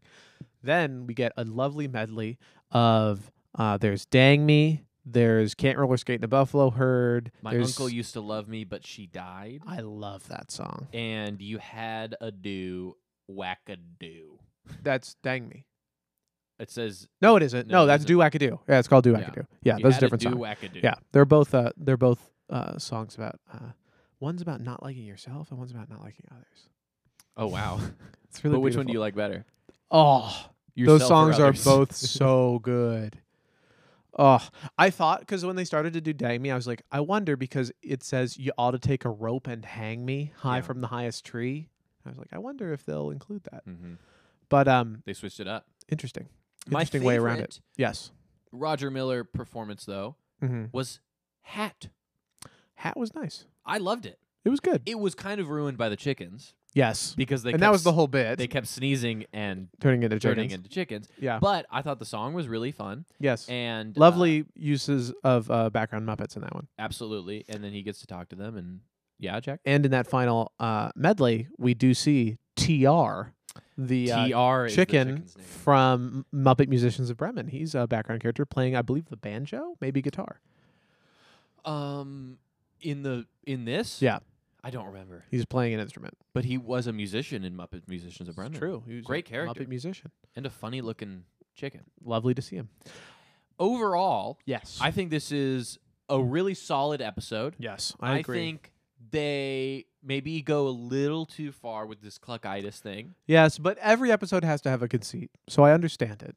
Speaker 3: Then we get a lovely medley of uh, there's "Dang Me," there's "Can't Roller Skate in the Buffalo Herd."
Speaker 1: My
Speaker 3: there's-
Speaker 1: uncle used to love me, but she died.
Speaker 3: I love that song.
Speaker 1: And you had a do, whack a do.
Speaker 3: That's "Dang Me."
Speaker 1: It says,
Speaker 3: No, it isn't.
Speaker 1: No,
Speaker 3: No,
Speaker 1: it
Speaker 3: that's
Speaker 1: isn't.
Speaker 3: Do Wackadoo. Yeah, it's called Do
Speaker 1: Yeah.
Speaker 3: Wackadoo. Yeah,
Speaker 1: you
Speaker 3: those are
Speaker 1: had a
Speaker 3: different
Speaker 1: do,
Speaker 3: songs.
Speaker 1: whack a do.
Speaker 3: Yeah, they're both uh, they're both uh, songs about uh, one's about not liking yourself and one's about not liking others.
Speaker 1: Oh, wow.
Speaker 3: It's
Speaker 1: but
Speaker 3: really.
Speaker 1: which one do you like better?
Speaker 3: Oh,
Speaker 1: Yourself
Speaker 3: those
Speaker 1: or
Speaker 3: songs are
Speaker 1: others?
Speaker 3: both so good. Oh, I thought because when they started to do "Dang Me," I was like, I wonder because it says you ought to take a rope and hang me high
Speaker 1: Yeah.
Speaker 3: from the highest tree. I was like, I wonder if they'll include that.
Speaker 1: Mhm.
Speaker 3: But um,
Speaker 1: They switched it up.
Speaker 3: interesting,
Speaker 1: My
Speaker 3: interesting way around it.
Speaker 1: favorite
Speaker 3: Yes.
Speaker 1: Roger Miller performance, though,
Speaker 3: Mm-hmm.
Speaker 1: was Hat.
Speaker 3: Hat was nice.
Speaker 1: I loved it.
Speaker 3: It was good.
Speaker 1: It was kind of ruined by the chickens
Speaker 3: yes.
Speaker 1: because they
Speaker 3: and
Speaker 1: kept
Speaker 3: that was the
Speaker 1: s-
Speaker 3: whole bit.
Speaker 1: they kept sneezing and
Speaker 3: turning into
Speaker 1: turning
Speaker 3: chickens.
Speaker 1: into chickens.
Speaker 3: yeah.
Speaker 1: But I thought the song was really fun
Speaker 3: yes.
Speaker 1: and uh,
Speaker 3: Lovely uses of uh, background Muppets in that one.
Speaker 1: absolutely. And then he gets to talk to them, and yeah, Jack.
Speaker 3: And in that final uh, medley, we do see TR, the uh,
Speaker 1: Tr is the
Speaker 3: chicken
Speaker 1: chicken's name.
Speaker 3: from Muppet Musicians of Bremen. He's a background character playing, I believe, the banjo, maybe guitar.
Speaker 1: Um, in the in this,
Speaker 3: Yeah.
Speaker 1: I don't remember,
Speaker 3: He's playing an instrument.
Speaker 1: but he was a musician in Muppet Musicians of Bremen.
Speaker 3: True. He's
Speaker 1: Great
Speaker 3: a
Speaker 1: character.
Speaker 3: Muppet musician.
Speaker 1: and a funny looking chicken.
Speaker 3: Lovely to see him.
Speaker 1: Overall,
Speaker 3: Yes.
Speaker 1: I think this is a really solid episode.
Speaker 3: yes, I, agree.
Speaker 1: think they maybe go a little too far with this cluckitis thing.
Speaker 3: yes, but every episode has to have a conceit, so I understand it.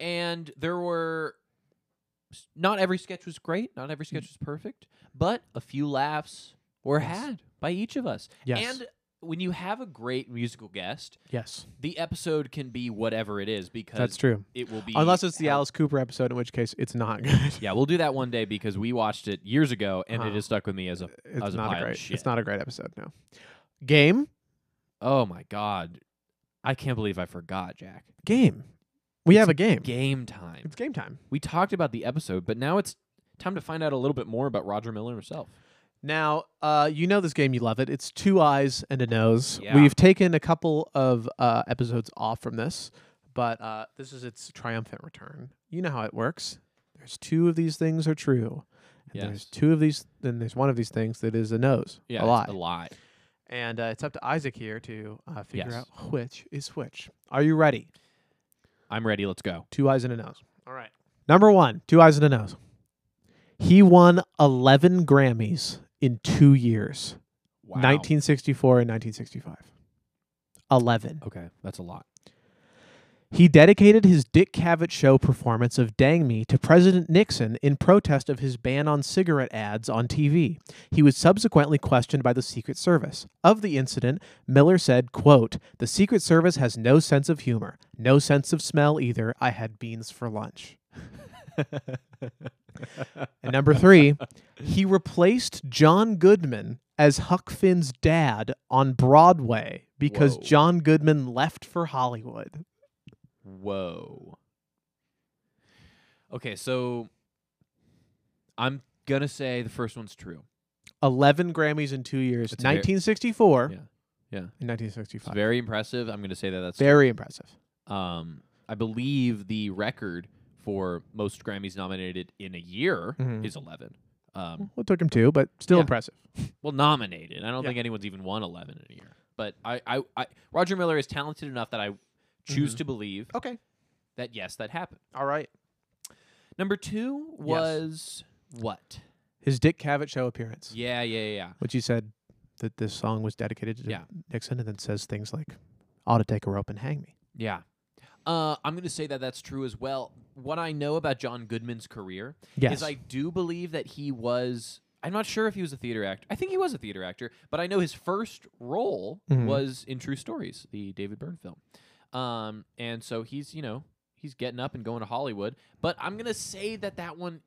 Speaker 1: and there were s- not every sketch was great, not every sketch was perfect, but a few laughs were
Speaker 3: Mm. Yes.
Speaker 1: had by each of us.
Speaker 3: Yes.
Speaker 1: And when you have a great musical guest,
Speaker 3: Yes,
Speaker 1: the episode can be whatever it is because
Speaker 3: that's true.
Speaker 1: it will be
Speaker 3: Unless it's the
Speaker 1: how-
Speaker 3: Alice Cooper episode, in which case it's not good.
Speaker 1: Yeah, we'll do that one day because we watched it years ago and it
Speaker 3: Uh-huh.
Speaker 1: has stuck with me as a
Speaker 3: It's
Speaker 1: as a
Speaker 3: not
Speaker 1: pile
Speaker 3: a
Speaker 1: of
Speaker 3: great.
Speaker 1: shit.
Speaker 3: It's not a great episode. No. Game,
Speaker 1: Oh my god. I can't believe I forgot, Jack.
Speaker 3: game. We have a game.
Speaker 1: Game time.
Speaker 3: It's game time.
Speaker 1: We talked about the episode, but now it's time to find out a little bit more about Roger Miller himself.
Speaker 3: Now, uh, you know this game. You love it. It's two eyes and a nose.
Speaker 1: Yeah.
Speaker 3: We've taken a couple of uh, episodes off from this, but uh, this is its triumphant return. You know how it works. There's two of these things are true. And There's
Speaker 1: Yes.
Speaker 3: two of these. Then there's one of these things that is a nose.
Speaker 1: Yeah,
Speaker 3: a
Speaker 1: it's
Speaker 3: lie.
Speaker 1: A lie.
Speaker 3: And uh, it's up to Isaac here to uh, figure
Speaker 1: Yes.
Speaker 3: out which is which. Are you ready?
Speaker 1: I'm ready. Let's go.
Speaker 3: Two eyes and a nose. All right. Number one, two eyes and a nose. He won 11 Grammys in two years
Speaker 1: Wow.
Speaker 3: 1964 and 1965. 11.
Speaker 1: Okay, that's a lot.
Speaker 3: He dedicated his Dick Cavett Show performance of Dang Me to President Nixon in protest of his ban on cigarette ads on TV. He was subsequently questioned by the Secret Service. Of the incident, Miller said, quote, The Secret Service has no sense of humor, no sense of smell either. I had beans for lunch. and number three, he replaced John Goodman as Huck Finn's dad on Broadway because
Speaker 1: Whoa.
Speaker 3: John Goodman left for Hollywood.
Speaker 1: Whoa. Okay, so I'm gonna say the first one's true.
Speaker 3: 11 Grammys in two years,
Speaker 1: That's very-
Speaker 3: 1964
Speaker 1: Yeah. Yeah.
Speaker 3: and
Speaker 1: It's
Speaker 3: 1965. Very,
Speaker 1: very impressive. I'm gonna say that that's
Speaker 3: impressive.
Speaker 1: um I believe the record for most Grammys nominated in a year
Speaker 3: Mhm.
Speaker 1: is eleven. Um
Speaker 3: Well, it took him two, but still
Speaker 1: Yeah.
Speaker 3: impressive.
Speaker 1: well nominated. I don't
Speaker 3: Yeah.
Speaker 1: think anyone's even won eleven in a year. But I, I, I Roger Miller is talented enough that I choose to believe
Speaker 3: Okay.
Speaker 1: that yes, that happened.
Speaker 3: All right.
Speaker 1: Number two was what?
Speaker 3: His Dick Cavett show appearance,
Speaker 1: Yeah, yeah, yeah, yeah.
Speaker 3: which he said that this song was dedicated to
Speaker 1: Yeah.
Speaker 3: Nixon and then says things like, ought to take a rope and hang me.
Speaker 1: Yeah. Uh, I'm going to say that that's true as well. What I know about John Goodman's career
Speaker 3: Yes.
Speaker 1: is I do believe that he was. I'm not sure if he was a theater actor. I think he was a theater actor, but I know his first role
Speaker 3: Mhm.
Speaker 1: was in True Stories, the David Byrne film. Um, and so he's, you know, he's getting up and going to Hollywood. But I'm going to say that that one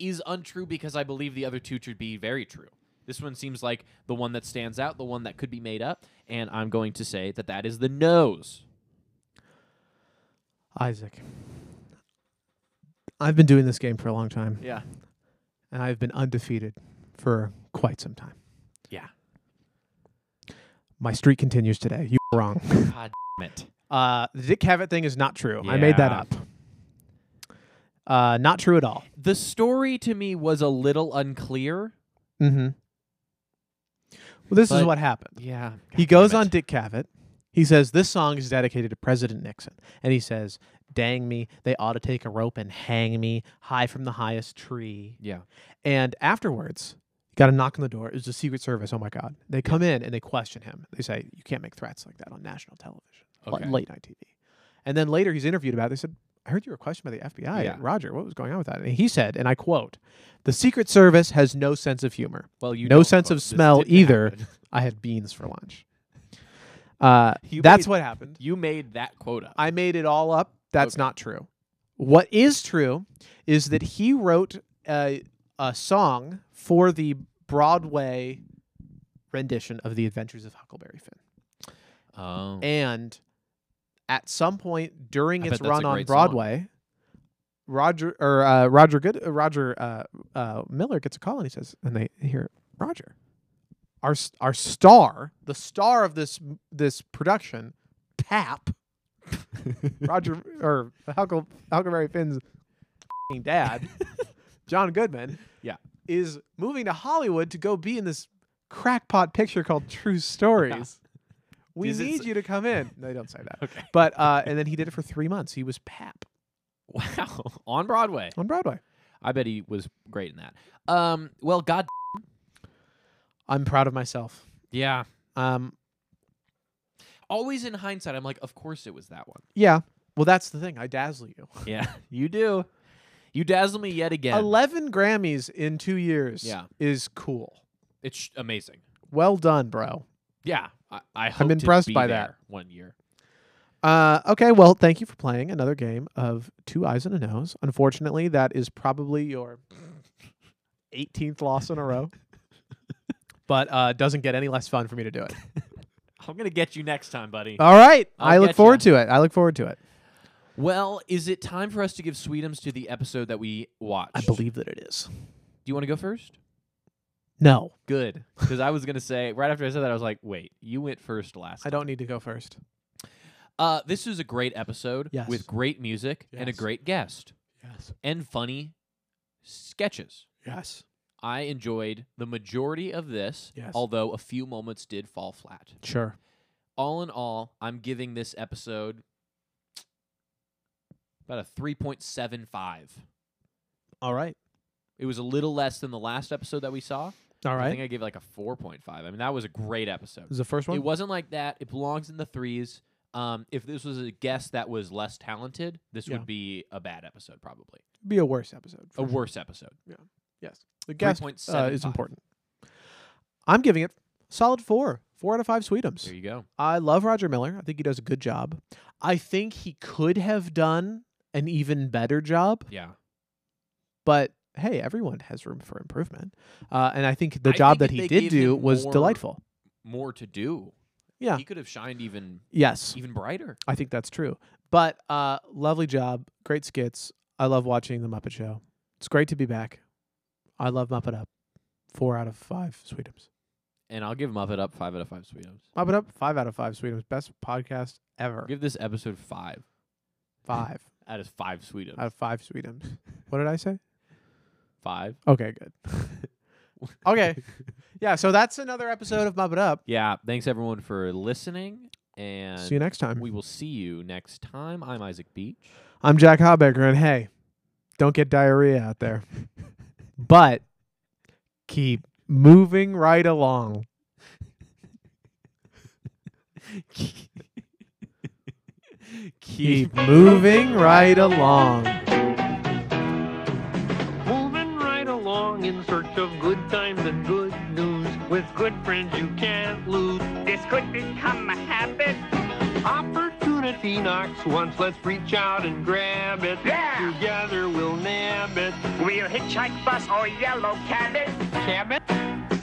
Speaker 1: is untrue because I believe the other two to be very true. This one seems like the one that stands out, the one that could be made up. And I'm going to say that that is the nose.
Speaker 3: Isaac. I've been doing this game for a long time
Speaker 1: Yeah.
Speaker 3: and I've been undefeated for quite some time.
Speaker 1: Yeah.
Speaker 3: My streak continues today. You were wrong.
Speaker 1: God damn it.
Speaker 3: Uh, the Dick Cavett thing is not true. I made that
Speaker 1: Yeah.
Speaker 3: up. Uh, not true at all.
Speaker 1: The story to me was a little unclear.
Speaker 3: Mm-hmm. Well, this is
Speaker 1: But-
Speaker 3: what happened.
Speaker 1: Yeah.
Speaker 3: He goes on Dick Cavett. He says this song is dedicated to President Nixon, and he says, "Dang me, they ought to take a rope and hang me high from the highest tree."
Speaker 1: Yeah.
Speaker 3: And afterwards, he got a knock on the door. It was the Secret Service. Oh my God! They come in and they question him. They say, "You can't make threats like that on national television, li-
Speaker 1: Okay.
Speaker 3: late night TV." And then later, he's interviewed about. it. They said, "I heard you were questioned by the FBI,
Speaker 1: Yeah.
Speaker 3: Roger. What was going on with that?" And he said, and I quote, "The Secret Service has no sense of humor,
Speaker 1: Well, you
Speaker 3: no
Speaker 1: don't
Speaker 3: sense
Speaker 1: vote.
Speaker 3: of
Speaker 1: This
Speaker 3: smell
Speaker 1: didn't
Speaker 3: either."
Speaker 1: happen.
Speaker 3: I had beans for lunch. Uh,
Speaker 1: You
Speaker 3: that's
Speaker 1: made-
Speaker 3: what happened.
Speaker 1: You made that quota.
Speaker 3: I made it all up. That's
Speaker 1: Okay.
Speaker 3: not true. What is true is that he wrote a, a song for the Broadway rendition of The Adventures of Huckleberry Finn.
Speaker 1: Oh.
Speaker 3: And at some point during
Speaker 1: I
Speaker 3: its
Speaker 1: bet that's
Speaker 3: run
Speaker 1: a
Speaker 3: on
Speaker 1: great song.
Speaker 3: Broadway, Roger or uh, Roger Good uh, Roger uh, uh, Miller gets a call and he says, and they hear Roger, our s- our star, the star of this this production, Pap, Roger or Huckle, Huckleberry Finn's f***ing dad, John Goodman,
Speaker 1: Yeah.
Speaker 3: is moving to Hollywood to go be in this crackpot picture called True Stories. We
Speaker 1: Does it
Speaker 3: need
Speaker 1: s-
Speaker 3: you to come in. No, they don't say that.
Speaker 1: Okay.
Speaker 3: But uh, and then he did it for three months. He was Pap
Speaker 1: Wow. on Broadway.
Speaker 3: on Broadway.
Speaker 1: I bet he was great in that. Um. Well, God.
Speaker 3: I'm proud of myself.
Speaker 1: Yeah.
Speaker 3: Um,
Speaker 1: Always in hindsight, I'm like, of course it was that one.
Speaker 3: yeah. Well, that's the thing. I dazzle you.
Speaker 1: Yeah. you do. You dazzle me yet again.
Speaker 3: Eleven Grammys in two years.
Speaker 1: Yeah.
Speaker 3: is cool.
Speaker 1: it's amazing.
Speaker 3: Well done, bro.
Speaker 1: Yeah, I, I hope to
Speaker 3: impressed
Speaker 1: be
Speaker 3: by
Speaker 1: there
Speaker 3: that.
Speaker 1: one year.
Speaker 3: Uh, okay, well, thank you for playing another game of Two Eyes and a Nose. Unfortunately, that is probably your 18th loss in a row. but uh, doesn't get any less fun for me to do it.
Speaker 1: I'm gonna get you next time, buddy.
Speaker 3: All right, I
Speaker 1: I'll
Speaker 3: look
Speaker 1: get
Speaker 3: forward to it. I look forward to it.
Speaker 1: well, is it time for us to give Sweetums to the episode that we watched?
Speaker 3: I believe that it is.
Speaker 1: Do you want to go first?
Speaker 3: No,
Speaker 1: Good, because I was gonna say right after I said that, I was like, wait, you went first last.
Speaker 3: I don't need to go first.
Speaker 1: Uh, this is a great episode
Speaker 3: Yes.
Speaker 1: with great music and a
Speaker 3: Yes.
Speaker 1: great guest
Speaker 3: Yes.
Speaker 1: and funny sketches.
Speaker 3: Yes.
Speaker 1: I enjoyed the majority of this,
Speaker 3: Yes.
Speaker 1: although a few moments did fall flat.
Speaker 3: Sure.
Speaker 1: All in all, I'm giving this episode about a 3.75.
Speaker 3: All right.
Speaker 1: It was a little less than the last episode that we saw.
Speaker 3: All
Speaker 1: I
Speaker 3: right.
Speaker 1: think I gave like a 4.5. I mean, that was a great episode.
Speaker 3: This is the first one?
Speaker 1: It wasn't like that. It belongs in the threes. Um, if this was a guest that was less talented, this
Speaker 3: Yeah.
Speaker 1: would be a bad episode, probably
Speaker 3: be a worse episode.
Speaker 1: a
Speaker 3: for sure.
Speaker 1: worse episode.
Speaker 3: Yes. The guest uh,
Speaker 1: 3.75.
Speaker 3: is important. I'm giving it solid four. Four out of five Sweetums.
Speaker 1: There you go.
Speaker 3: I love Roger Miller. I think he does a good job. I think he could have done an even better job,
Speaker 1: Yeah,
Speaker 3: but hey, everyone has room for improvement. Uh, and I think the
Speaker 1: I
Speaker 3: job
Speaker 1: think if
Speaker 3: that he
Speaker 1: they
Speaker 3: did
Speaker 1: gave
Speaker 3: do
Speaker 1: him
Speaker 3: was
Speaker 1: more-
Speaker 3: delightful.
Speaker 1: more to do.
Speaker 3: Yeah.
Speaker 1: he could have shined even
Speaker 3: Yes,
Speaker 1: even brighter.
Speaker 3: I think that's true. But uh, lovely job, great skits. I love watching the Muppet Show. It's great to be back. I love Muppet Up. Four out of five Sweetums.
Speaker 1: And I'll give Muppet up five out of five sweetums.
Speaker 3: Muppet Up, five out of five Sweetums. Best podcast ever.
Speaker 1: Give this episode five
Speaker 3: Five
Speaker 1: out of five sweetums.
Speaker 3: out of five Sweetums. What did I say?
Speaker 1: five.
Speaker 3: Okay, good. okay. Yeah, so that's another episode of Muppet Up.
Speaker 1: Yeah. Thanks everyone for listening, and
Speaker 3: See you next time.
Speaker 1: we will see you next time. I'm Isaac Beach.
Speaker 3: I'm Jack Hobbecker, and hey, don't get diarrhea out there. but keep moving right along. Keep moving right along.
Speaker 5: Moving right along in search of good times and good news. With good friends you can't lose. This could become a habit. Opportunity knocks once, let's reach out and grab it.
Speaker 2: Yeah.
Speaker 5: Together we'll nab it.
Speaker 2: We'll hitchhike bus or yellow cabin.
Speaker 5: Cab it.